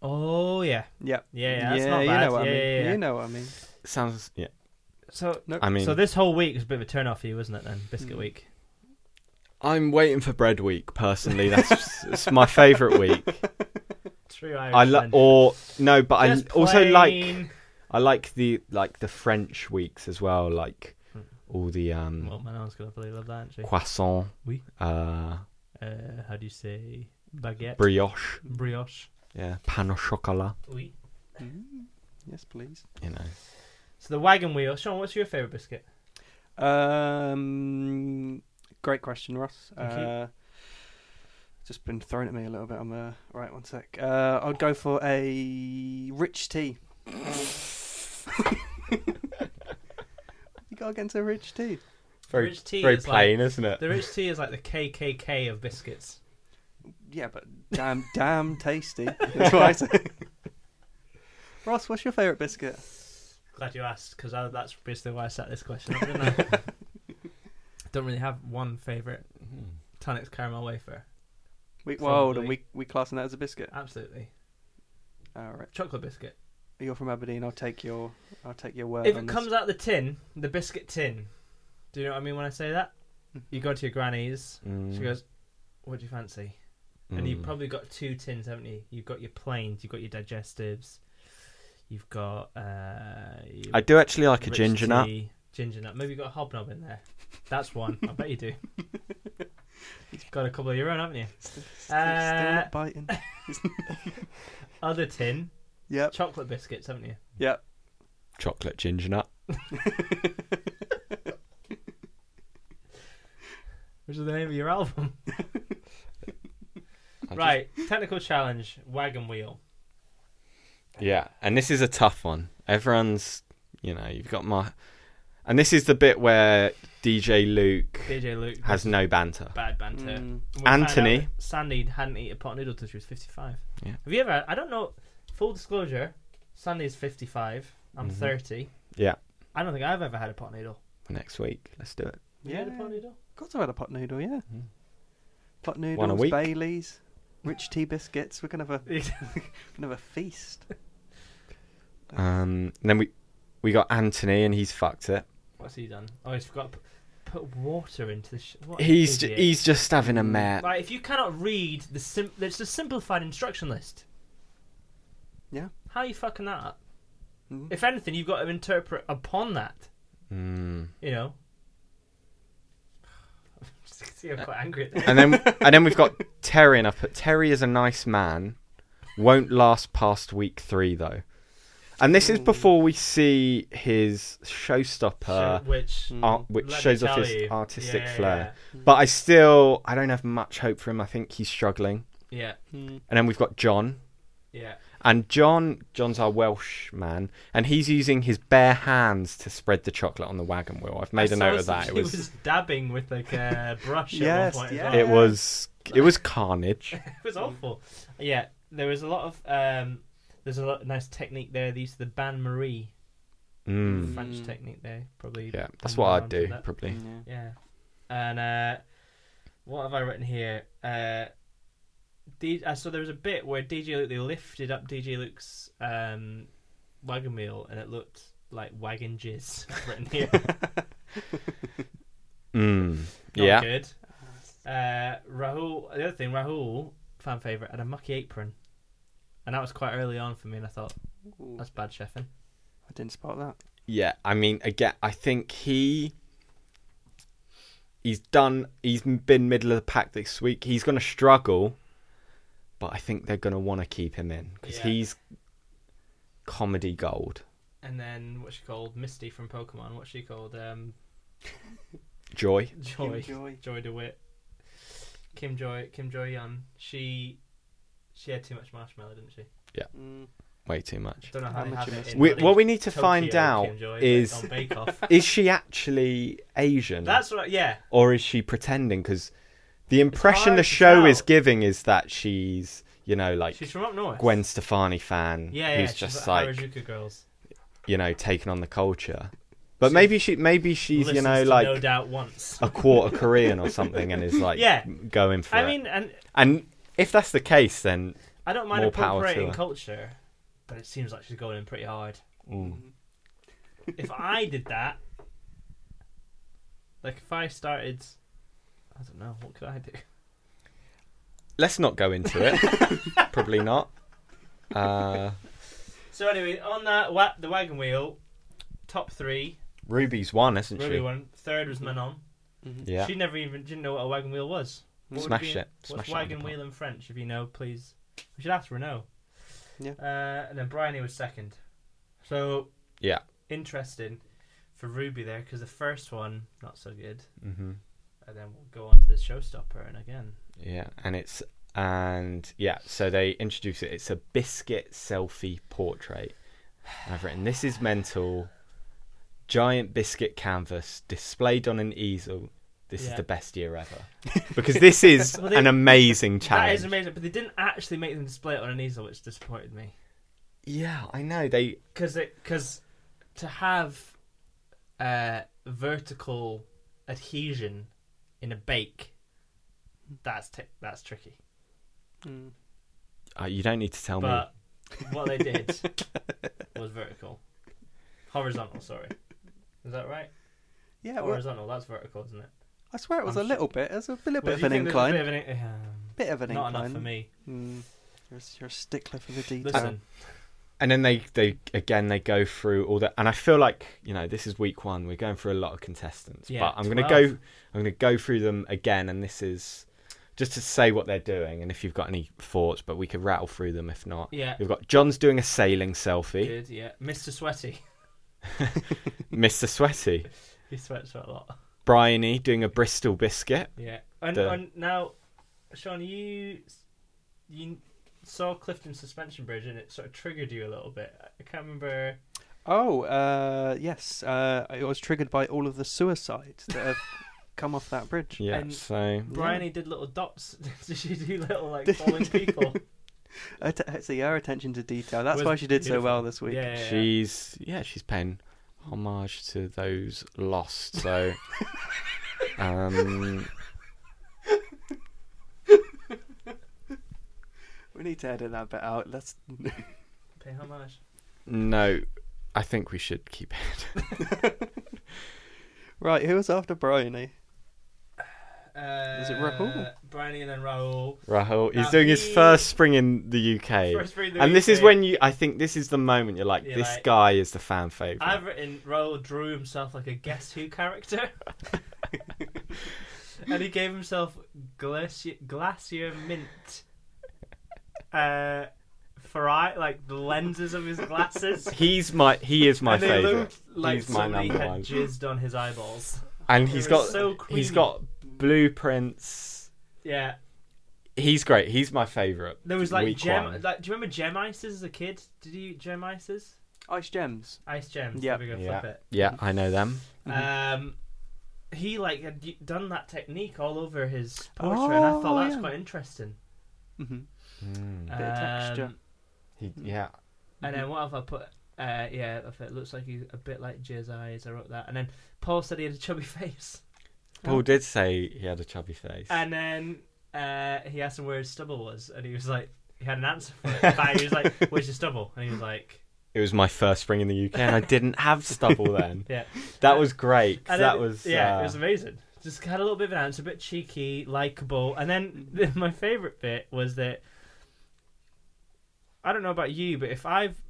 Speaker 2: Oh yeah,
Speaker 3: Yep.
Speaker 2: yeah, yeah. That's
Speaker 3: yeah,
Speaker 2: not
Speaker 3: you
Speaker 2: bad.
Speaker 3: know what
Speaker 2: yeah,
Speaker 3: I mean.
Speaker 2: yeah, yeah.
Speaker 3: You know what I mean.
Speaker 1: Sounds yeah.
Speaker 2: So,
Speaker 3: Nope.
Speaker 1: I mean,
Speaker 2: Uh, so this whole week was a bit of a turn off for you, wasn't it? Then biscuit
Speaker 3: Mm.
Speaker 2: week.
Speaker 1: I'm waiting for bread week personally. That's [laughs] it's my favorite week.
Speaker 2: True Irish.
Speaker 1: I lo-
Speaker 2: then.
Speaker 1: or no, but I
Speaker 2: Just
Speaker 1: also like
Speaker 2: plain-
Speaker 1: I like the like the French weeks as well, like all the um
Speaker 2: Hmm. Well, Hmm. Oh, my mom's gonna probably love that, actually.
Speaker 1: croissant,
Speaker 2: Oui.
Speaker 1: uh
Speaker 2: Uh, how do you say baguette?
Speaker 1: brioche,
Speaker 2: brioche.
Speaker 1: yeah, pan au chocolat,
Speaker 2: Oui.
Speaker 3: Mm. Yes, please.
Speaker 1: you know.
Speaker 2: So the wagon wheel. Sean, what's your favorite biscuit?
Speaker 3: Um, great question, Ross.
Speaker 2: Thank you.
Speaker 3: uh, Just been thrown at me a little bit. I'm uh, right. One sec. Uh, I'd go for a rich tea. you got against a rich tea.
Speaker 1: Very-
Speaker 2: rich tea
Speaker 1: Very
Speaker 2: is
Speaker 1: plain, isn't
Speaker 2: Like,
Speaker 1: it?
Speaker 2: the rich tea is like the KKK of biscuits.
Speaker 3: Yeah, but damn, [laughs] damn tasty. That's what I say. Ross, what's your favourite biscuit?
Speaker 2: Glad you asked, because that's basically why I set this question. up, Didn't I? Don't really have one favorite. Tunnocks caramel wafer.
Speaker 3: We, we're old
Speaker 2: Probably.
Speaker 3: and we we classing that as a biscuit.
Speaker 2: Absolutely.
Speaker 3: All right,
Speaker 2: Chocolate biscuit.
Speaker 3: you're from Aberdeen. I'll take your I'll take your word.
Speaker 2: if
Speaker 3: on
Speaker 2: it
Speaker 3: this. [laughs]
Speaker 2: comes out the tin, the biscuit tin, do you know what I mean when I say that? You go to your granny's,
Speaker 1: Mm,
Speaker 2: she goes, What do you fancy? And you've
Speaker 1: mm.
Speaker 2: probably got two tins, haven't you? You've got your planes, you've got your digestives, you've got. Uh, your
Speaker 1: I do actually like a
Speaker 2: rich
Speaker 1: ginger nut.
Speaker 2: tea, Ginger nut. Maybe you've got a hobnob in there. That's one. I bet you
Speaker 3: [laughs]
Speaker 2: do. You've got a couple of your own, haven't you?
Speaker 3: Still, still
Speaker 2: Uh,
Speaker 3: not biting.
Speaker 2: Other tin,
Speaker 3: yep,
Speaker 2: chocolate biscuits, haven't you?
Speaker 3: yep.
Speaker 1: Chocolate ginger nut.
Speaker 2: Which is the name of your album.
Speaker 1: I just-
Speaker 2: Right, technical challenge, wagon wheel.
Speaker 1: Yeah, and this is a tough one. Everyone's, you know, you've got my, and this is the bit where DJ Luke
Speaker 2: DJ Luke
Speaker 1: has no banter.
Speaker 2: bad banter.
Speaker 3: Mm.
Speaker 2: We found
Speaker 1: Anthony.
Speaker 2: out that Sandy hadn't eaten a pot noodle till she was 55.
Speaker 1: Yeah.
Speaker 2: Have you ever? I don't know. Full disclosure: Sandy's 55. I'm
Speaker 1: Mhm.
Speaker 2: 30.
Speaker 1: Yeah.
Speaker 2: I don't think I've ever had a pot noodle.
Speaker 1: Next week, let's do it.
Speaker 2: Have you had a
Speaker 3: Yeah.
Speaker 2: pot noodle?
Speaker 3: [laughs] Got to have had a pot noodle, yeah.
Speaker 1: Mm.
Speaker 3: Pot
Speaker 1: a
Speaker 3: noodles,
Speaker 1: week. [laughs]
Speaker 3: Baileys, rich tea biscuits. We're gonna have a
Speaker 2: Yeah.
Speaker 3: gonna have a feast.
Speaker 1: Um, and then we we got Anthony, and he's fucked it.
Speaker 2: What's he done? Oh, he's forgot to p- put water into the. Sh- what an
Speaker 1: He's ju-
Speaker 2: idiot. Mm.
Speaker 1: he's just having a mare.
Speaker 2: Like, if you cannot read the sim, it's a simplified instruction list.
Speaker 3: Yeah.
Speaker 2: How are you fucking that up?
Speaker 3: Mm.
Speaker 2: If anything, you've got to interpret upon that.
Speaker 1: Mm.
Speaker 2: You know. [laughs] See,
Speaker 3: [laughs]
Speaker 2: I'm quite angry at that. [laughs]
Speaker 1: And then and then we've got Terry, and I've put Terry is a nice man. Won't last past week three though. And this is
Speaker 3: Ooh.
Speaker 1: before we see his showstopper,
Speaker 2: So, which
Speaker 3: Mm.
Speaker 1: art, which
Speaker 2: let me
Speaker 1: shows off
Speaker 2: tell
Speaker 1: his
Speaker 2: you.
Speaker 1: artistic
Speaker 2: Yeah,
Speaker 1: flair.
Speaker 2: yeah,
Speaker 1: But I still, I don't have much hope for him. I think he's struggling.
Speaker 2: Yeah,
Speaker 3: Mm.
Speaker 1: And then we've got John,
Speaker 2: yeah.
Speaker 1: and John, John's our Welsh man, and he's using his bare hands to spread the chocolate on the wagon wheel. I've made
Speaker 2: I saw
Speaker 1: a note of
Speaker 2: some-
Speaker 1: that. It
Speaker 2: he [laughs]
Speaker 1: was,
Speaker 2: dabbing with like a brush
Speaker 3: Yes,
Speaker 2: at one point.
Speaker 3: yeah.
Speaker 2: as well.
Speaker 1: [laughs] it was,
Speaker 2: [laughs]
Speaker 1: it was carnage.
Speaker 2: It was awful. Yeah, there was a lot of um, there's a lot of nice technique there. They used the Ban Marie
Speaker 1: Mm.
Speaker 2: French
Speaker 3: Mm.
Speaker 2: technique there, probably.
Speaker 1: Yeah, that's
Speaker 2: I'm
Speaker 1: what
Speaker 2: down
Speaker 1: I'd
Speaker 2: for
Speaker 1: do
Speaker 2: that.
Speaker 1: probably.
Speaker 3: Yeah.
Speaker 2: Yeah. And uh, what have I written here? Uh, D- uh, so there was a bit where DJ Luke they lifted up DJ Luke's um, wagon wheel and it looked like wagon jizz [laughs] written here.
Speaker 1: Mm.
Speaker 2: Not
Speaker 1: [laughs] Yeah,
Speaker 2: good. Uh, Rahul, the other thing, Rahul, fan favourite, had a mucky apron. And that was quite early on for me, and I thought,
Speaker 3: Ooh,
Speaker 2: that's bad chefing.
Speaker 3: I didn't spot that.
Speaker 1: yeah. I mean, again, I think he. He's done. He's been middle of the pack this week. He's going to struggle, but I think they're going to want to keep him in because
Speaker 2: Yeah.
Speaker 1: he's comedy gold.
Speaker 2: And then, what's she called? Misty from Pokemon. What's she called? Um,
Speaker 1: Joy.
Speaker 2: Joy.
Speaker 3: Joy.
Speaker 2: Joy DeWitt. Kim Joy. Kim Joy Young. She. She had too much marshmallow, didn't she? Mm-hmm.
Speaker 3: Mm.
Speaker 1: Way too much.
Speaker 2: Don't know how
Speaker 3: How
Speaker 2: they
Speaker 3: much
Speaker 2: have
Speaker 3: of
Speaker 2: it
Speaker 3: it?
Speaker 2: in
Speaker 1: We,
Speaker 2: bloody
Speaker 1: what we need to
Speaker 2: Tokyo,
Speaker 1: find out
Speaker 2: Kim Joy, but
Speaker 1: is
Speaker 2: on Bake
Speaker 1: [laughs]
Speaker 2: Off.
Speaker 1: is she actually Asian?
Speaker 2: That's right. Yeah.
Speaker 1: or is she pretending? Because the impression
Speaker 2: hard
Speaker 1: the
Speaker 2: to
Speaker 1: show
Speaker 2: tell.
Speaker 1: is giving is that she's, you know, like
Speaker 2: She's from up north.
Speaker 1: Gwen Stefani fan
Speaker 2: Yeah, yeah.
Speaker 1: who's
Speaker 2: she's
Speaker 1: just
Speaker 2: like,
Speaker 1: like,
Speaker 2: Harajuku girls.
Speaker 1: you know, taking on the culture. But
Speaker 2: She
Speaker 1: maybe she, maybe she's, you
Speaker 2: Listens
Speaker 1: know,
Speaker 2: to
Speaker 1: like
Speaker 2: no doubt once.
Speaker 1: a quarter Korean or something, and is like
Speaker 2: Yeah.
Speaker 1: going for
Speaker 2: I
Speaker 1: it.
Speaker 2: mean, and
Speaker 1: and if that's the case, then
Speaker 2: I don't mind
Speaker 1: More power to
Speaker 2: appropriating
Speaker 1: her.
Speaker 2: culture, but it seems like she's going in pretty hard.
Speaker 1: mm,
Speaker 2: If I did that, like if I started, I don't know, what could I do?
Speaker 1: let's not go into
Speaker 2: [laughs]
Speaker 1: it. Probably not. Uh,
Speaker 2: So anyway, on that wa- the wagon wheel, top three,
Speaker 1: Ruby's one, isn't
Speaker 2: Ruby
Speaker 1: she?
Speaker 2: one, third was Manon.
Speaker 1: Yeah.
Speaker 2: She never even didn't know what a wagon wheel was. What would
Speaker 1: Smash
Speaker 2: be-
Speaker 1: it. Smash
Speaker 2: What's
Speaker 1: it. on the
Speaker 2: wagon
Speaker 1: pot.
Speaker 2: wheel in French? If you know, please. We should ask her. No.
Speaker 3: Yeah.
Speaker 2: Uh, and then Bryony was second. So
Speaker 1: Yeah.
Speaker 2: interesting for Ruby there because the first one not so good,
Speaker 1: hmm
Speaker 2: and then we'll go on to the showstopper and again.
Speaker 1: Yeah, and it's and yeah, so they introduce it. It's a biscuit selfie portrait. And I've written this is mental. Giant biscuit canvas displayed on an easel. This
Speaker 2: Yeah.
Speaker 1: is the best year ever because this is
Speaker 2: Well, they-
Speaker 1: an amazing
Speaker 2: That
Speaker 1: challenge.
Speaker 2: is amazing, but they didn't actually make them display it on an easel, which disappointed me.
Speaker 1: Yeah, I know they.
Speaker 2: Because because to have uh, vertical adhesion in a bake, that's t- that's tricky.
Speaker 3: Mm.
Speaker 1: Uh, you don't need to tell me.
Speaker 2: but what they
Speaker 3: [laughs]
Speaker 2: did was vertical, horizontal. Sorry, is that right?
Speaker 3: Yeah, well,
Speaker 2: horizontal. That's vertical, isn't it?
Speaker 3: I swear it was
Speaker 2: I'm
Speaker 3: a
Speaker 2: su-
Speaker 3: little bit. It was a little
Speaker 2: Well,
Speaker 3: bit
Speaker 2: if
Speaker 3: of
Speaker 2: you
Speaker 3: an
Speaker 2: think there's
Speaker 3: incline.
Speaker 2: a bit of an um,
Speaker 3: Bit of an
Speaker 2: not
Speaker 3: incline.
Speaker 2: enough for me.
Speaker 3: Mm. You're, a, you're a stickler for the detail.
Speaker 2: Listen,
Speaker 1: and then they they again they go through all that and i feel like you know this is week one we're going through a lot of contestants
Speaker 2: Yeah,
Speaker 1: but i'm going to
Speaker 2: 12.
Speaker 1: go i'm going to go through them again and this is just to say what they're doing and if you've got any thoughts but we could rattle through them if not
Speaker 2: yeah,
Speaker 1: we've got john's doing a sailing selfie
Speaker 2: good, yeah. Mr. Sweaty,
Speaker 1: [laughs]
Speaker 2: [laughs]
Speaker 1: mr sweaty
Speaker 2: he sweats a lot.
Speaker 1: bryony doing a bristol biscuit
Speaker 2: Yeah, and,
Speaker 1: The-
Speaker 2: and now, Sean, you you saw Clifton Suspension Bridge and it sort of triggered you a little bit. I can't remember.
Speaker 3: Oh, uh, yes. Uh, it was triggered by all of the suicides that have [laughs] come off that bridge.
Speaker 1: Yeah,
Speaker 2: And-
Speaker 1: so
Speaker 2: Bryony did little dots. [laughs] Did she do little
Speaker 1: [laughs]
Speaker 2: like falling
Speaker 3: [laughs]
Speaker 2: people?
Speaker 3: Att- it's her attention to detail. That's
Speaker 2: Was
Speaker 3: why she did so
Speaker 2: beautiful.
Speaker 3: well this week.
Speaker 2: Yeah, yeah, yeah.
Speaker 1: she's yeah, she's paying homage to those lost.
Speaker 2: [laughs]
Speaker 1: So, um,
Speaker 3: We need to edit that bit out. Let's.
Speaker 2: Pay homage.
Speaker 1: no, I think we should keep it.
Speaker 3: right, who was after Bryony?
Speaker 2: Uh,
Speaker 3: it Rahul?
Speaker 2: Bryony and then Rahul.
Speaker 1: [laughs] Rahul, he's
Speaker 2: Now,
Speaker 1: doing his
Speaker 2: he-
Speaker 1: first spring in the UK.
Speaker 2: First three of the
Speaker 1: and this is
Speaker 2: weekend.
Speaker 1: when you, I think this is the moment you're like,
Speaker 2: You're
Speaker 1: this
Speaker 2: like-
Speaker 1: guy is the fan favorite.
Speaker 2: I've written Rahul drew himself like a Guess Who
Speaker 1: [laughs]
Speaker 2: character. and he gave himself Glacier, glacier Mint uh, for eye, like the lenses of his glasses.
Speaker 1: He's my, he is my
Speaker 2: and they
Speaker 1: favorite,
Speaker 2: looked like
Speaker 1: He's my
Speaker 2: somebody
Speaker 1: number
Speaker 2: had
Speaker 1: one.
Speaker 2: jizzed on his eyeballs.
Speaker 1: and
Speaker 2: They
Speaker 1: he's
Speaker 2: were
Speaker 1: got,
Speaker 2: so creamy.
Speaker 1: he's got blueprints.
Speaker 2: Yeah,
Speaker 1: He's great. He's my favorite.
Speaker 2: there was like
Speaker 1: Week
Speaker 2: gem.
Speaker 1: one.
Speaker 2: Like, do you remember gem ices as a kid? Did you eat gem ices?
Speaker 3: Ice Gems.
Speaker 2: Ice gems.
Speaker 3: Yeah.
Speaker 2: There we go.
Speaker 1: Yeah.
Speaker 2: Flip it.
Speaker 1: yeah, I know them.
Speaker 3: Mm-hmm.
Speaker 2: Um, he like had y- done that technique all over his portrait, and I
Speaker 3: Oh,
Speaker 2: thought that's
Speaker 3: yeah.
Speaker 2: quite interesting.
Speaker 3: Mm-hmm.
Speaker 1: Mm.
Speaker 3: Bit of texture. Mm-hmm.
Speaker 2: Um,
Speaker 1: He, yeah,
Speaker 2: Oh. And then what have I put? Uh, yeah, if it looks like he's a bit like Jizz eyes. I wrote that, and then Paul said he had a chubby [laughs] face,
Speaker 1: Paul did say he had a chubby face.
Speaker 2: and then uh, he asked him where his stubble was, and he was like, he had an answer for it. But he was like, "Where's your stubble?" And he was like,
Speaker 1: it was my first spring in the UK, and I didn't
Speaker 2: [laughs]
Speaker 1: have stubble then.
Speaker 2: "Yeah."
Speaker 1: That was great. 'cause
Speaker 2: And
Speaker 1: that
Speaker 2: then-
Speaker 1: was
Speaker 2: yeah,
Speaker 1: uh,
Speaker 2: it was amazing. Just had a little bit of an answer, a bit cheeky, likable, and then [laughs] th- my favorite bit was that I don't know about you, but if I've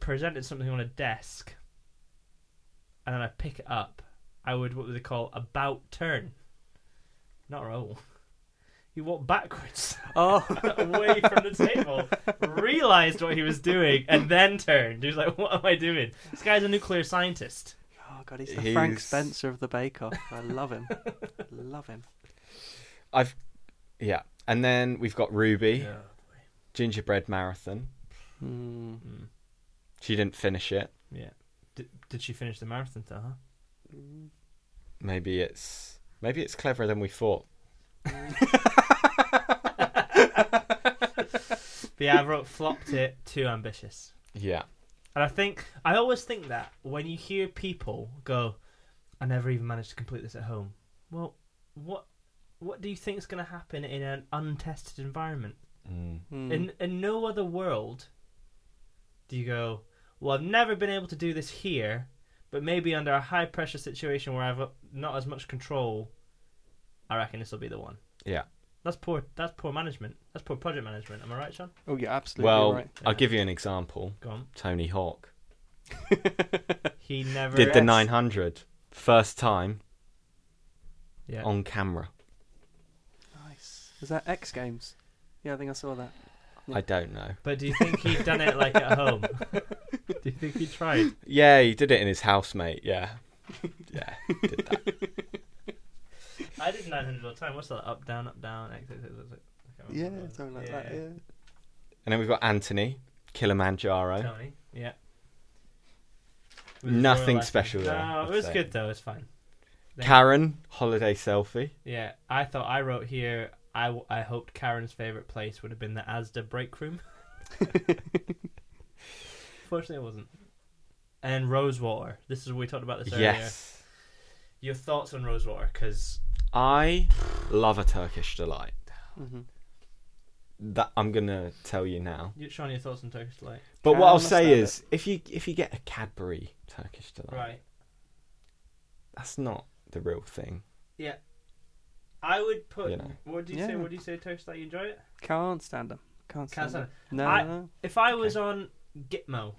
Speaker 2: presented something on a desk and then I pick it up, I would what they call about turn, not roll. He walked backwards [laughs]
Speaker 3: Oh,
Speaker 2: away from the table, realized what he was doing, and then turned. He was like, "What am I doing? This guy's a nuclear scientist."
Speaker 3: [laughs] oh God, he's the Frank
Speaker 1: He's-
Speaker 3: Spencer of the Bake Off. I love
Speaker 2: [laughs]
Speaker 3: him. love him.
Speaker 1: yeah. And then we've got Ruby gingerbread marathon.
Speaker 3: Mm.
Speaker 2: Mm.
Speaker 1: She didn't finish it.
Speaker 2: Yeah. Did, did she finish the marathon though, huh? [laughs]
Speaker 1: Maybe it's maybe it's cleverer than we thought.
Speaker 2: But yeah, I wrote flopped it, too ambitious.
Speaker 1: Yeah.
Speaker 2: And I think, I always think that when you hear people go, I never even managed to complete this at home. Well, what what do you think is going to happen in an untested environment?
Speaker 1: Mm.
Speaker 3: Mm.
Speaker 2: In, in no other world do you go, well, I've never been able to do this here, but maybe under a high pressure situation where I've not as much control, I reckon this will be the one.
Speaker 1: Yeah.
Speaker 2: That's poor. That's poor management. That's poor project management. Am I right, Sean?
Speaker 3: Oh, yeah, absolutely
Speaker 1: Well,
Speaker 3: right.
Speaker 1: I'll give you an example.
Speaker 2: Go on.
Speaker 1: Tony Hawk
Speaker 2: He never
Speaker 1: did the
Speaker 3: Yes.
Speaker 1: 900 first time
Speaker 2: Yeah.
Speaker 1: on camera.
Speaker 3: Nice. Was that X Games? Yeah, I think I saw that.
Speaker 1: I don't know.
Speaker 2: But do you think he'd done it like at
Speaker 3: [laughs]
Speaker 2: home? do you think he tried?
Speaker 1: Yeah, he did it in his house, mate. Yeah. Yeah. Did that.
Speaker 2: I did 900 all the time. What's that? Up, down, up, down. X, X, X, X, X. I can't
Speaker 3: Yeah,
Speaker 2: remember what it
Speaker 3: something like
Speaker 2: was.
Speaker 3: that.
Speaker 2: Yeah,
Speaker 3: Yeah.
Speaker 1: and then we've got Anthony Kilimanjaro.
Speaker 2: Tony. Yeah.
Speaker 1: Nothing
Speaker 2: Royal
Speaker 1: special
Speaker 2: Ascot.
Speaker 1: there,
Speaker 2: No,
Speaker 1: I'd
Speaker 2: it was
Speaker 1: say.
Speaker 2: good though. It's fine. Thank-
Speaker 1: Karen holiday selfie.
Speaker 2: Yeah, I thought I wrote here. I, w- I hoped Karen's favorite place would have been the Asda break
Speaker 3: [laughs]
Speaker 2: room. Fortunately, it wasn't. And Rosewater. This is we talked about this earlier.
Speaker 1: Yes.
Speaker 2: Your thoughts on Rosewater? Because
Speaker 1: I love a Turkish delight.
Speaker 3: Mhm.
Speaker 1: That I'm gonna tell you now.
Speaker 2: Sean, your thoughts on Turkish Delight.
Speaker 1: But
Speaker 3: Can
Speaker 1: what
Speaker 3: I
Speaker 1: I'll say
Speaker 3: understand
Speaker 1: is, if you if you get a Cadbury Turkish delight,
Speaker 2: Right.
Speaker 1: that's not the real thing.
Speaker 2: I would put.
Speaker 1: You know.
Speaker 2: What do you say?
Speaker 3: Yeah.
Speaker 2: What do you say? Turkish Delight. You enjoy it?
Speaker 3: Can't stand them. Can't
Speaker 2: Can't
Speaker 3: stand
Speaker 2: stand
Speaker 3: them.
Speaker 2: it.
Speaker 3: No,
Speaker 2: I-
Speaker 3: no, no.
Speaker 2: If I was on Gitmo,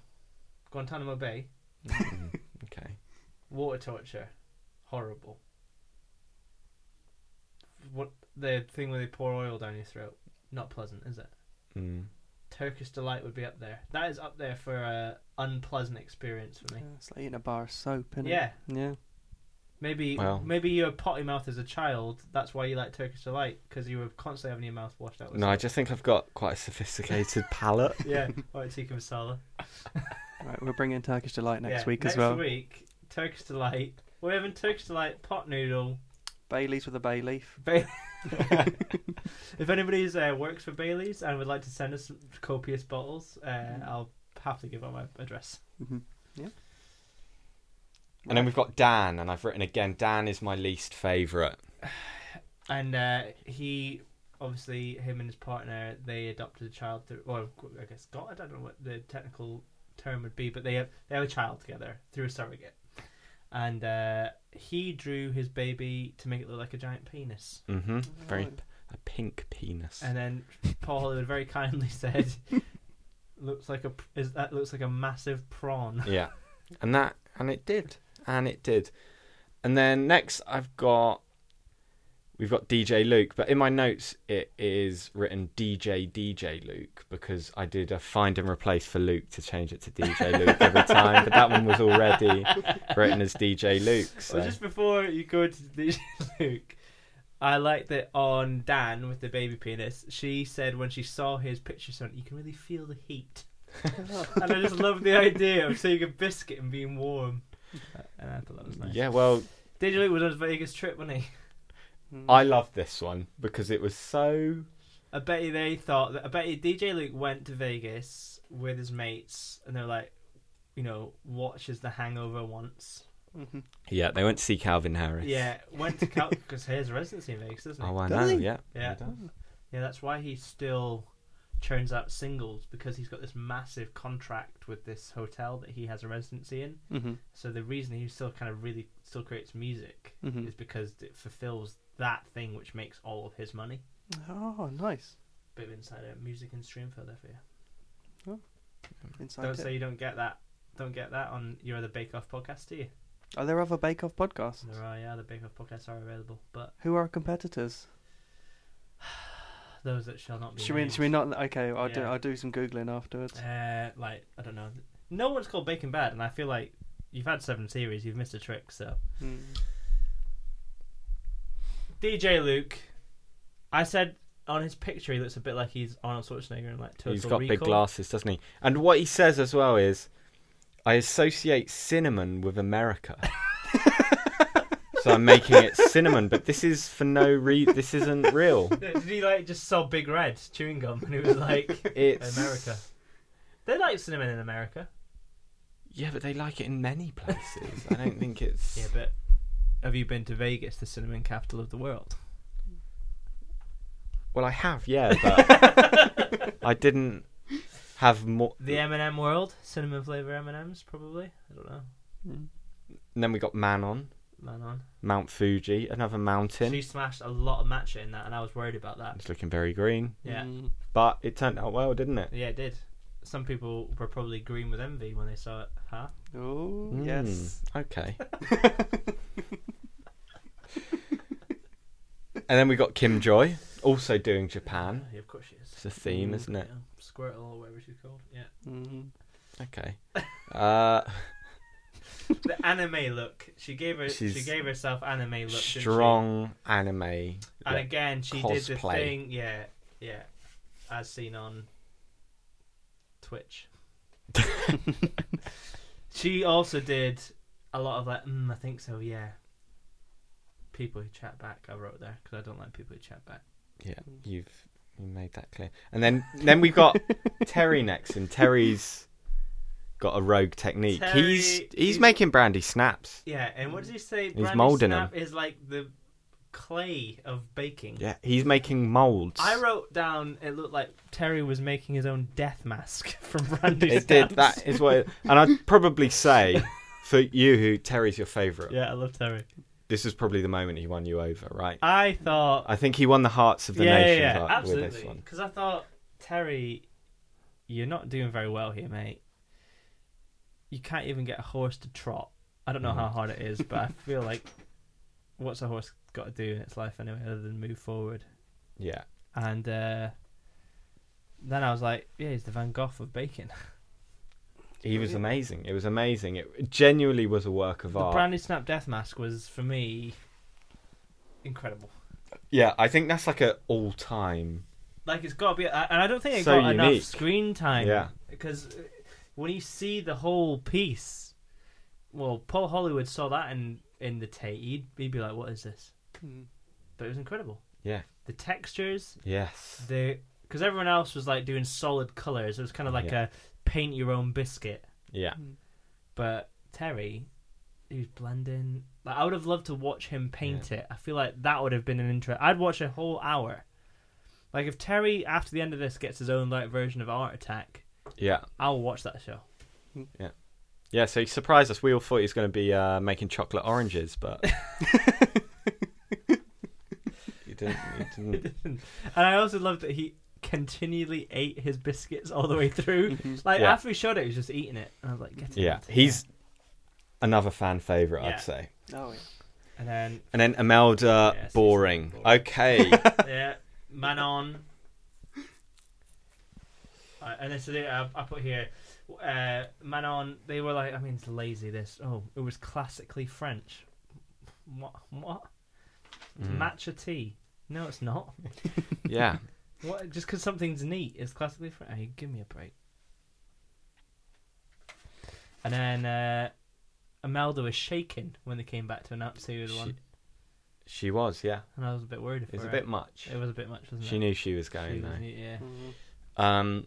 Speaker 2: Guantanamo Bay,
Speaker 1: [laughs] Okay.
Speaker 2: water torture, horrible. What the thing where they pour oil down your throat? Not pleasant, is it?
Speaker 1: Mm.
Speaker 2: Turkish delight would be up there. That is up there for a unpleasant experience for me.
Speaker 3: Yeah, it's like eating a bar of soap, is
Speaker 2: Yeah,
Speaker 3: Yeah.
Speaker 2: Maybe
Speaker 1: Well.
Speaker 2: maybe you were potty mouth as a child. That's why you like Turkish delight because you were constantly having your mouth washed out. With
Speaker 1: No, I just think I've got quite a [laughs] sophisticated palate.
Speaker 2: something. yeah, or a tikka masala.
Speaker 3: Right, we're bringing Turkish delight [laughs] next
Speaker 2: Yeah,
Speaker 3: week as well.
Speaker 2: Next week, Turkish delight. We're having Turkish delight pot noodle.
Speaker 3: Bailey's with a bay leaf.
Speaker 2: Ba- [laughs] if anybody's uh, works for Bailey's and would like to send us some copious bottles, uh, I'll happily give out my address.
Speaker 3: Mhm.
Speaker 1: And then we've got Dan, and I've written again. Dan is my least favourite.
Speaker 2: And uh, he, obviously, him and his partner, they adopted a child. Through, well, I guess got. I don't know what the technical term would be, but they have they have a child together through a surrogate. And uh, he drew his baby to make it look like a giant penis.
Speaker 1: Mm-hmm. Very
Speaker 3: Right.
Speaker 1: a pink penis.
Speaker 2: And then Paul Hollywood very kindly [laughs] said, "Looks like a pr- is that looks like a massive prawn."
Speaker 1: yeah, and that and it did, and it did. And then next, I've got we've got DJ Luke, but in my notes it is written DJ DJ Luke because I did a find and replace for Luke to change it to DJ [laughs] Luke every time, but that one was already written as DJ Luke. So
Speaker 2: Well, just before you go to the [laughs] Luke, I like that on Dan with the baby penis. She said when she saw his picture, son, you can really feel the [laughs] heat, and I just love the idea of seeing a biscuit and being warm. Uh, And I thought that was nice.
Speaker 1: yeah, well,
Speaker 2: DJ Luke was on his Vegas trip, wasn't he?
Speaker 3: Mm.
Speaker 1: I love this one because it was so
Speaker 2: I bet you they thought that. I bet you DJ Luke went to Vegas with his mates, and they're like, you know, watches The Hangover once.
Speaker 3: Mhm.
Speaker 1: yeah. They went to see Calvin Harris.
Speaker 2: Yeah, went to Cal because he has a residency in Vegas, doesn't he?
Speaker 1: Oh, I know.
Speaker 3: Does he?
Speaker 1: Yeah.
Speaker 2: Yeah.
Speaker 1: He does.
Speaker 2: Yeah, that's why he still churns out singles because he's got this massive contract with this hotel that he has a residency in.
Speaker 3: Mhm.
Speaker 2: So the reason he still kind of really still creates music
Speaker 3: Mhm.
Speaker 2: is because it fulfills that thing which makes all of his money.
Speaker 3: Oh, nice.
Speaker 2: Bit of insider music and stream for there for you.
Speaker 3: Inside
Speaker 2: don't
Speaker 3: tip.
Speaker 2: say you don't get that. Don't get that on your other Bake Off podcast, do you?
Speaker 3: Are there other Bake Off podcasts?
Speaker 2: There are, yeah, the Bake Off podcasts are available, but
Speaker 3: Who are our competitors?
Speaker 2: those that shall not be.
Speaker 3: Should we?
Speaker 2: named.
Speaker 3: Should we not? Okay, I'll do.
Speaker 2: Yeah.
Speaker 3: I'll do some googling afterwards.
Speaker 2: Uh, like I don't know. No one's called Bacon Bad, and I feel like you've had seven series, you've missed a trick. So
Speaker 3: Mm.
Speaker 2: DJ Luke, I said on his picture he looks a bit like he's Arnold Schwarzenegger in like Total
Speaker 1: He's got
Speaker 2: Recall.
Speaker 1: big glasses, doesn't he? And what he says as well is, I associate cinnamon with America. [laughs] so I'm making it cinnamon, but this is for no reason. This isn't
Speaker 2: [laughs]
Speaker 1: real.
Speaker 2: Did he like just sell Big Red chewing gum, and he was like, [laughs]
Speaker 1: It's
Speaker 2: America. "They like cinnamon in America."
Speaker 1: Yeah, but they like it in many places. I
Speaker 2: [laughs]
Speaker 1: don't think it's.
Speaker 2: Yeah, but have you been to Vegas, the cinnamon capital of the [laughs] world?
Speaker 1: Well, I have, yeah, but I didn't have more.
Speaker 2: The M and m world, cinnamon flavor M and M's, probably. I don't know.
Speaker 3: Mm.
Speaker 1: And then we got Manon,
Speaker 2: Man on.
Speaker 1: Mount Fuji, another mountain.
Speaker 2: She smashed a lot of matcha in that, and I was worried about that.
Speaker 1: It's looking very green,
Speaker 2: Yeah.
Speaker 3: Mm.
Speaker 1: but it turned out well, didn't it?
Speaker 2: Yeah, it did. Some people were probably green with envy when they saw it. Huh?
Speaker 3: Oh
Speaker 1: Mm,
Speaker 3: yes.
Speaker 2: [laughs]
Speaker 1: Okay. And then we got Kim Joy, also doing Japan.
Speaker 2: Yeah, of course she is.
Speaker 1: It's a theme, isn't it?
Speaker 2: Yeah. Squirtle or whatever she's called. Yeah.
Speaker 3: Mm.
Speaker 2: [laughs]
Speaker 1: Okay. Uh,
Speaker 2: the anime look. She gave her. She
Speaker 1: She's
Speaker 2: gave herself anime look. didn't she?
Speaker 1: strong anime.
Speaker 2: And
Speaker 1: Yeah.
Speaker 2: again, she did the
Speaker 1: Cosplay.
Speaker 2: thing. Yeah, yeah. As seen on Twitch.
Speaker 1: [laughs]
Speaker 2: she also did a lot of like. Mm, I think so. Yeah. People who chat back. I wrote there because I don't like people who chat back.
Speaker 1: Yeah, you've you made that clear. And
Speaker 2: [laughs]
Speaker 1: then then we got Terry next, and Terry's got a rogue technique.
Speaker 2: Terry
Speaker 1: he's he's
Speaker 2: is-
Speaker 1: making brandy snaps.
Speaker 2: Yeah, and what does he say?
Speaker 1: moulding 'em.
Speaker 2: snap is like the clay of baking.
Speaker 1: Yeah, he's making molds.
Speaker 2: I wrote down it looked like Terry was making his own death mask [laughs] from Brandy.
Speaker 1: it
Speaker 2: Snaps.
Speaker 1: did. That is what. It, and I'd
Speaker 2: [laughs]
Speaker 1: probably say for you, who Terry's your favourite.
Speaker 2: Yeah, I love Terry.
Speaker 1: This is probably the moment he won you over, right?
Speaker 2: I thought.
Speaker 1: I think he won the hearts of the
Speaker 2: yeah, yeah,
Speaker 1: nations
Speaker 2: yeah,
Speaker 1: uh, with this
Speaker 2: absolutely.
Speaker 1: one.
Speaker 2: Because I thought Terry, you're not doing very well here, mate. You can't even get a horse to trot. I don't know how
Speaker 1: Mhm.
Speaker 2: hard it is, but I feel like what's a horse got to do in its life anyway, other than move forward.
Speaker 1: Yeah.
Speaker 2: And uh, then I was like, yeah, he's the Van Gogh of bacon.
Speaker 1: He was amazing. It was amazing. It genuinely was a work of
Speaker 2: [laughs] The
Speaker 1: art.
Speaker 2: brand new snap death mask was for me incredible.
Speaker 1: yeah, I think that's like a all time.
Speaker 2: Like it's got to be, and I don't think it
Speaker 1: So
Speaker 2: got
Speaker 1: unique.
Speaker 2: enough screen time.
Speaker 1: Yeah.
Speaker 2: because when you see the whole piece, well, Paul Hollywood saw that in in the tape. He'd, he'd be like, "What is this?"
Speaker 3: Mm.
Speaker 2: But it was incredible.
Speaker 1: Yeah.
Speaker 2: The textures,
Speaker 1: Yes.
Speaker 2: the because everyone else was like doing solid colors. It was kind of like
Speaker 1: Yeah.
Speaker 2: a paint your own biscuit.
Speaker 1: Yeah.
Speaker 2: But Terry, who's blending, like I would have loved to watch him paint it. I feel like that would have been an intro. I'd watch a whole hour. Like if Terry, after the end of this, gets his own like version of Art Attack,
Speaker 1: Yeah.
Speaker 2: I'll watch that show.
Speaker 1: Yeah, so he surprised us. We all thought he was going to be uh, making chocolate oranges,
Speaker 2: [laughs]
Speaker 1: but. he didn't. He didn't.
Speaker 2: [laughs] and I also loved that he continually ate his biscuits all the way
Speaker 1: [laughs]
Speaker 2: through.
Speaker 3: Mm-hmm.
Speaker 2: Like
Speaker 1: Yeah.
Speaker 2: after he showed it, he was just eating it, and I was like, "Get it."
Speaker 1: [laughs] Yeah,
Speaker 2: get it,
Speaker 1: he's another fan favourite,
Speaker 2: Yeah.
Speaker 1: I'd say.
Speaker 3: Oh
Speaker 2: yeah. And then
Speaker 1: And then Imelda,
Speaker 2: Yes, he's
Speaker 1: boring.
Speaker 2: boring. [laughs]
Speaker 1: Okay.
Speaker 2: yeah, Manon. Uh, and this is it. I, I put here, uh, Manon. They were like, I mean, it's lazy. This. Oh, it was classically French. What? What? It's
Speaker 1: Mm.
Speaker 2: Matcha tea. No, it's not.
Speaker 1: yeah.
Speaker 2: What? Just because something's neat is classically French. Hey, give me a break. And then uh, Imelda was shaking when they came back to announce who had
Speaker 1: She-
Speaker 2: won,
Speaker 1: She was, yeah.
Speaker 2: and I was a bit worried.
Speaker 1: It was
Speaker 2: for
Speaker 1: a
Speaker 2: her.
Speaker 1: bit much.
Speaker 2: It was a bit much, wasn't it?
Speaker 1: She knew she was
Speaker 2: She
Speaker 1: going,
Speaker 2: was
Speaker 1: though.
Speaker 2: new- yeah.
Speaker 3: yeah.
Speaker 1: Um,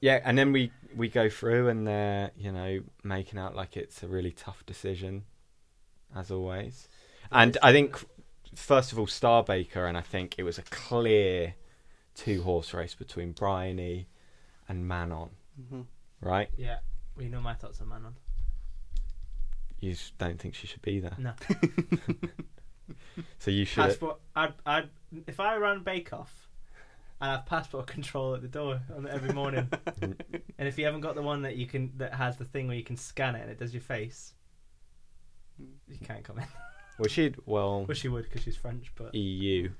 Speaker 1: yeah, and then we we go through and they're you know making out like it's a really tough decision, as always. And I think first of all, Starbaker, and I think it was a clear two horse race between Bryony and Manon,
Speaker 3: Mhm.
Speaker 1: right?
Speaker 2: Yeah, we know my thoughts on
Speaker 1: [laughs]
Speaker 2: Manon.
Speaker 1: You s- don't think she should be there,
Speaker 2: No,
Speaker 1: so you should.
Speaker 2: passport. I'd, I'd, if I ran Bake Off, I'd have passport [laughs] control at the door on every morning.
Speaker 1: [laughs]
Speaker 2: and if you haven't got the one that you can that has the thing where you can scan it and it does your face,
Speaker 3: Mm-hmm.
Speaker 2: you can't come in.
Speaker 1: Well, she'd well E
Speaker 2: Wish she would because she's French, but
Speaker 1: EU,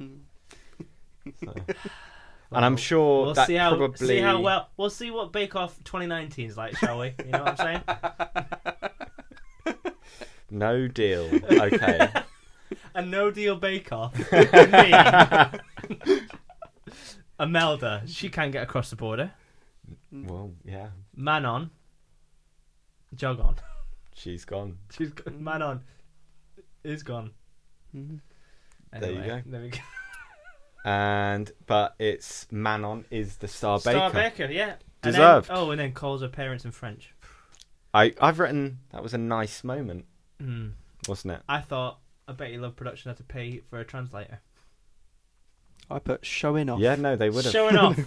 Speaker 3: Mhm.
Speaker 1: so. and I'm sure
Speaker 2: We'll
Speaker 1: that
Speaker 2: see how
Speaker 1: probably
Speaker 2: see how well we'll see what Bake Off 2019 is like, shall we? You know what I'm saying? [laughs]
Speaker 1: no deal. Okay.
Speaker 2: A no deal Bake
Speaker 1: [laughs]
Speaker 2: Off. Me. [laughs] Imelda, she can't get across the border.
Speaker 1: well, yeah,
Speaker 2: Manon, jog on. [laughs]
Speaker 1: she's gone.
Speaker 2: She's go-
Speaker 1: Mm.
Speaker 2: Manon is gone.
Speaker 3: Mhm.
Speaker 1: There you
Speaker 2: Anyway,
Speaker 1: go.
Speaker 2: There we go.
Speaker 1: and but it's Manon is the star,
Speaker 2: Star
Speaker 1: baker.
Speaker 2: Baker, yeah.
Speaker 1: Deserved.
Speaker 2: And then, oh, and then calls her parents in French.
Speaker 1: I I've written that was a nice moment,
Speaker 2: Mm.
Speaker 1: wasn't it?
Speaker 2: I thought, I bet you love production had to pay for a translator.
Speaker 3: I put showing off.
Speaker 1: Yeah, no, they would have.
Speaker 2: Oh.
Speaker 1: [laughs]
Speaker 2: Showing off.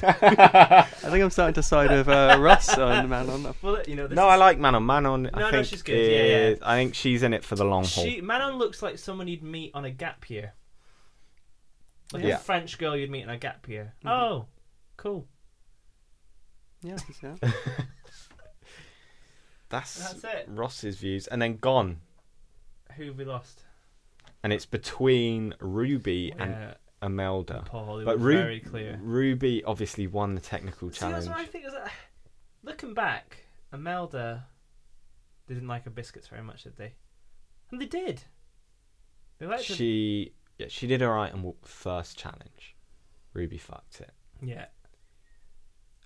Speaker 3: I think I'm starting to side of uh, Russ on Manon.
Speaker 2: Well, you know, this
Speaker 1: No,
Speaker 2: is-
Speaker 1: I like Manon. Manon, I
Speaker 2: no,
Speaker 1: think
Speaker 2: she's good. Yeah, yeah.
Speaker 1: is- I think she's in it for the long haul.
Speaker 2: She Manon looks like someone you'd meet on a gap year. Like
Speaker 1: Yeah.
Speaker 2: a French girl you'd meet on a gap year.
Speaker 1: Mm-hmm.
Speaker 3: Mhm.
Speaker 2: Oh, cool.
Speaker 3: Yeah, he's- yeah.
Speaker 1: [laughs] That's,
Speaker 2: That's it.
Speaker 1: Ross's views, and then gone,
Speaker 2: Who have we lost?
Speaker 1: and it's between Ruby and
Speaker 2: Oh, Yeah, Oh,
Speaker 1: Imelda.
Speaker 2: Paul Hollywood.
Speaker 1: But Ru-
Speaker 2: very clear.
Speaker 1: Ruby obviously won the technical
Speaker 2: See, that's
Speaker 1: challenge.
Speaker 2: what I think. Is that, looking back, Imelda didn't like her biscuits very much, did they? And they did. They liked her-
Speaker 1: she yeah, she did alright on the first challenge. Ruby fucked it,
Speaker 2: Yeah,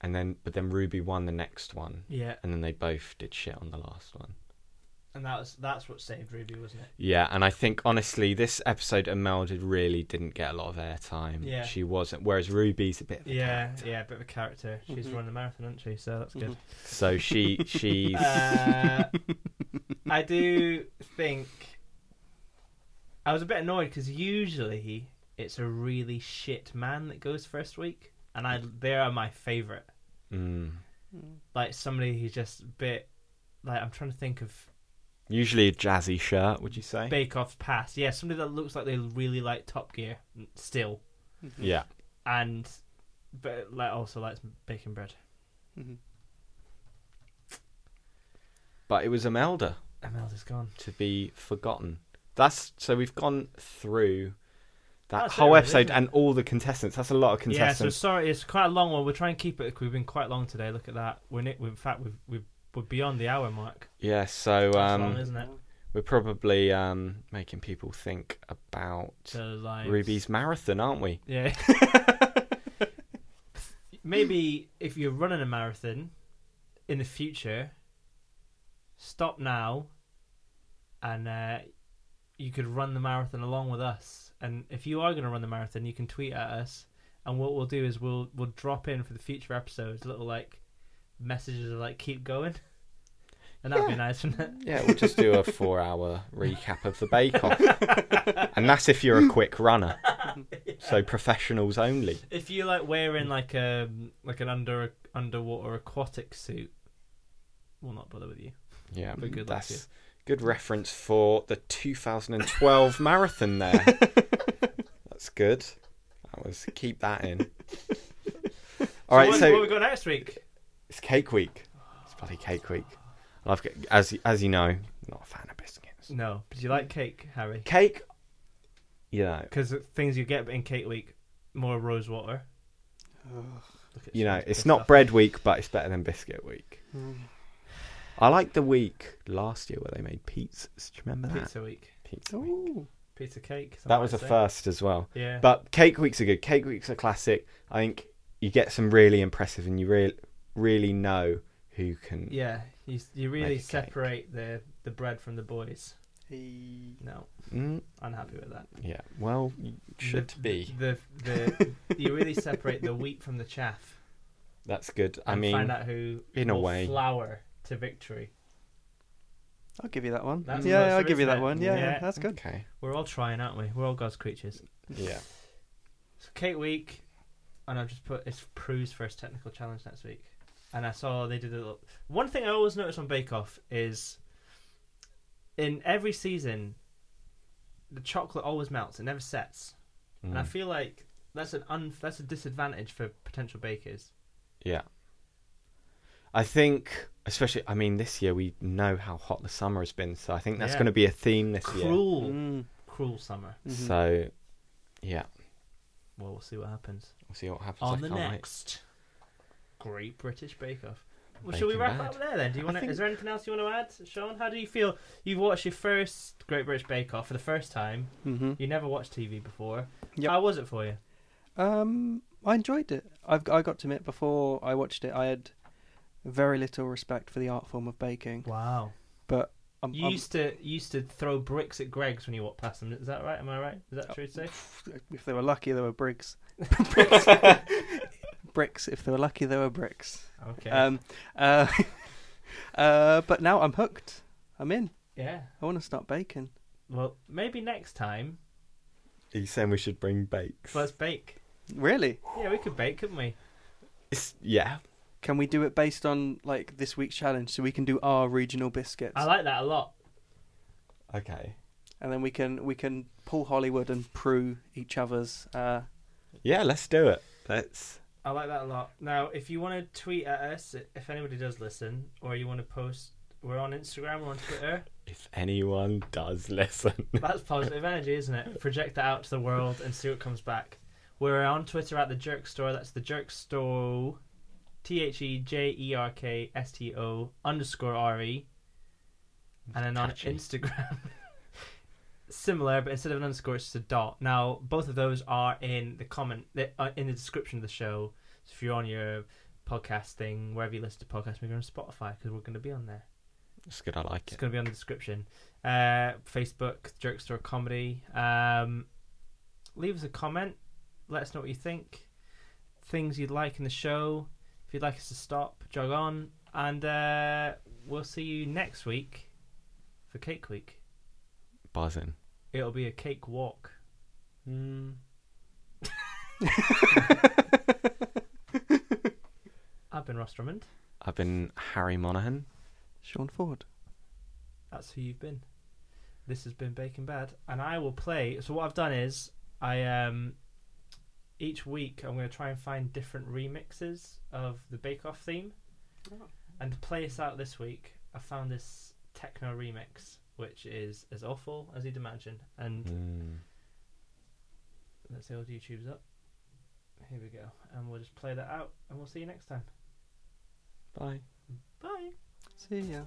Speaker 1: and then but then Ruby won the next one,
Speaker 2: yeah.
Speaker 1: and then they both did shit on the last one.
Speaker 2: And that was that's what saved Ruby, wasn't it?
Speaker 1: Yeah, and I think honestly, this episode Imelda really didn't get a lot of airtime.
Speaker 2: Yeah.
Speaker 1: she wasn't. Whereas Ruby's a bit, of a
Speaker 2: Yeah,
Speaker 1: character.
Speaker 2: yeah. A bit of a character. She's
Speaker 3: Mhm.
Speaker 2: running the marathon, isn't she? So that's good. [laughs]
Speaker 1: So she she's
Speaker 2: Uh, I
Speaker 1: [laughs]
Speaker 2: do think I was a bit annoyed because usually it's a really shit man that goes first week, and I they are my favorite.
Speaker 1: mm,
Speaker 3: Mm-hmm.
Speaker 2: Like somebody who's just a bit like I'm trying to think of
Speaker 1: usually a jazzy shirt. Would you say?
Speaker 2: Bake Off Pass. Yeah, somebody that looks like they really like Top Gear still,
Speaker 1: yeah,
Speaker 2: and but like also likes baking bread.
Speaker 3: Mhm.
Speaker 1: but it was Imelda
Speaker 2: Imelda's gone.
Speaker 1: to be forgotten. That's so we've gone through That
Speaker 2: That's it,
Speaker 1: whole
Speaker 2: really,
Speaker 1: episode
Speaker 2: isn't it?
Speaker 1: and all the contestants. That's a lot
Speaker 2: Yeah,
Speaker 1: of
Speaker 2: so
Speaker 1: contestants.
Speaker 2: sorry, it's quite a long one. We'll try and keep it. 'cause We've been quite long today. Look at that. We're ni- in fact we've, we've we're beyond the hour mark.
Speaker 1: Yeah, so,
Speaker 2: That's
Speaker 1: um,
Speaker 2: long,
Speaker 3: Mm-hmm.
Speaker 2: isn't it?
Speaker 1: we're probably um, making people think about
Speaker 2: So like
Speaker 1: Ruby's marathon, aren't we?
Speaker 2: Yeah. [laughs] Maybe if you're running a marathon in the future, stop now and uh, you could run the marathon along with us. And if you are going to run the marathon, you can tweet at us. And what we'll do is we'll we'll drop in for the future episodes little like messages of like keep going, and that'd be
Speaker 1: Yeah.
Speaker 2: nice, wouldn't it?
Speaker 1: Yeah, [laughs] we'll
Speaker 2: [laughs]
Speaker 1: just do a four-hour recap of the Bake Off, and that's if you're a quick runner. [laughs] So professionals only.
Speaker 2: If you like wearing like a like an under underwater aquatic suit, we'll not bother with you.
Speaker 1: Yeah,
Speaker 2: But good luck
Speaker 1: that's
Speaker 2: to you.
Speaker 1: good reference for the 2012 marathon. There, that's good. That was keep that in.
Speaker 2: [laughs]
Speaker 1: All right,
Speaker 2: what,
Speaker 1: so
Speaker 2: what we got next week?
Speaker 1: it's cake week. It's bloody cake week. And I've got, as as you know, I'm not a fan of biscuits.
Speaker 2: No, because you like cake, Harry.
Speaker 1: Cake, you know,
Speaker 2: Because things you get in cake week, more rose water. Look at
Speaker 1: you know,
Speaker 2: Sean's
Speaker 1: it's
Speaker 2: pissed
Speaker 1: not
Speaker 2: off.
Speaker 1: bread week, but it's better than biscuit week. I like the week last year where they made pizzas. Do you remember that?
Speaker 2: Pizza week,
Speaker 1: Pizza week.
Speaker 3: Ooh.
Speaker 2: pizza cake. some
Speaker 1: That
Speaker 2: might
Speaker 1: was a
Speaker 2: say.
Speaker 1: first as well.
Speaker 2: Yeah,
Speaker 1: But cake weeks are good. Cake weeks are classic. I think you get some really impressive, and you really, really know who can.
Speaker 2: yeah, you you
Speaker 1: Make a
Speaker 2: really
Speaker 1: cake.
Speaker 2: separate the the bread from the boys.
Speaker 3: He-
Speaker 2: No,
Speaker 1: Mm,
Speaker 2: unhappy with that.
Speaker 1: yeah. Well, you should
Speaker 2: The-
Speaker 1: be.
Speaker 2: the the, you really separate the wheat from the chaff.
Speaker 1: That's good. I
Speaker 2: and find
Speaker 1: mean,
Speaker 2: out who
Speaker 1: in a
Speaker 2: will
Speaker 1: way.
Speaker 2: flower to victory.
Speaker 3: I'll give you that one.
Speaker 2: That's
Speaker 3: yeah,
Speaker 2: closer,
Speaker 3: I'll give you
Speaker 2: isn't
Speaker 3: that
Speaker 2: it?
Speaker 3: one. Yeah,
Speaker 2: Yeah.
Speaker 3: yeah, that's good.
Speaker 1: okay.
Speaker 2: We're all trying, aren't we? We're all God's creatures.
Speaker 1: Yeah.
Speaker 2: So Kate Week, and I've just put it's Prue's first technical challenge next week. And I saw they did a little. One thing I always notice on Bake Off is in every season, the chocolate always melts. It never sets, and I
Speaker 1: Mm,
Speaker 2: feel like that's an un, that's a disadvantage for potential bakers.
Speaker 1: yeah. I think, especially, I mean, this year we know how hot the summer has been, so I think that's
Speaker 2: Yeah.
Speaker 1: going to be a theme this year.
Speaker 2: Cruel,
Speaker 3: Mm.
Speaker 2: cruel summer.
Speaker 3: Mhm.
Speaker 1: So, yeah,
Speaker 2: Well, we'll see what happens
Speaker 1: we'll see what happens.
Speaker 2: on
Speaker 1: I
Speaker 2: the
Speaker 1: can't wait.
Speaker 2: next Great British Bake Off. Well, should we
Speaker 1: Baking
Speaker 2: wrap
Speaker 1: bad.
Speaker 2: up there then? Do you
Speaker 1: I
Speaker 2: want to?
Speaker 1: think-
Speaker 2: Is there anything else you want to add, Sean? How do you feel? You've watched your first Great British Bake Off for the first time.
Speaker 3: Mhm.
Speaker 2: You never watched TV before.
Speaker 3: Yep.
Speaker 2: How was it for you?
Speaker 3: Um, I enjoyed it. I've I got to admit, before I watched it, I had very little respect for the art form of baking.
Speaker 2: Wow.
Speaker 3: But I'm,
Speaker 2: You used to you used to throw bricks at Greg's when you walked past them. Is that right? Am I right? Is that true to say?
Speaker 3: I'm- if they were lucky, there were
Speaker 2: [laughs]
Speaker 3: bricks. bricks. If they were lucky, there were bricks.
Speaker 2: Okay.
Speaker 3: Um, [laughs] uh, uh, but now I'm hooked. I'm in.
Speaker 2: yeah.
Speaker 3: I want to start baking.
Speaker 2: Well, maybe next time
Speaker 1: Are you saying we should bring bakes?
Speaker 2: let's bake.
Speaker 3: Really?
Speaker 2: Yeah, we could bake, couldn't we?
Speaker 1: It's- yeah.
Speaker 3: Can we do it based on like this week's challenge? So we can do our regional biscuits,
Speaker 2: I like that a lot.
Speaker 1: Okay.
Speaker 3: and then we can we can pull Hollywood and Prue each other's. Uh,
Speaker 1: Yeah, let's do it. Let's.
Speaker 2: I like that a lot. Now, if you want to tweet at us, if anybody does listen, or you want to post, we're on Instagram, we're on Twitter.
Speaker 1: If anyone does listen,
Speaker 2: That's positive energy, isn't it? Project that out to the world and see what comes back. We're on Twitter at the Jerk Store. That's the Jerk Store, T H E J E R K S T O underscore R E, and then on
Speaker 1: Catchy.
Speaker 2: Instagram. [laughs] Similar, but instead of an underscore, it's just a dot. Now, both of those are in the comment, they are in the description of the show. So if you're on your podcast thing, wherever you listen to podcasts, maybe on Spotify, because we're going to be on there.
Speaker 1: it's good. I like
Speaker 2: It's
Speaker 1: it.
Speaker 2: going to be on the description. Uh, Facebook, Jerk Store Comedy. Um, leave us a comment. Let us know what you think. Things you'd like in the show. If you'd like us to stop, jog on. And uh, we'll see you next week for Cake Week.
Speaker 1: Buzzing.
Speaker 2: It'll be a cake walk. I've been Ross Drummond.
Speaker 1: I've been Harry Monaghan.
Speaker 3: Sean Ford.
Speaker 2: That's who you've been. This has been Baking Bad, and I will play. So what I've done is I um each week I'm going to try and find different remixes of the Bake Off theme, and to play us out this week, I found this techno remix which is as awful as you'd imagine, and
Speaker 1: Mm.
Speaker 2: Let's see what YouTube's up. Here we go. And we'll just play that out and we'll see you next time.
Speaker 3: Bye.
Speaker 2: Bye.
Speaker 3: See ya.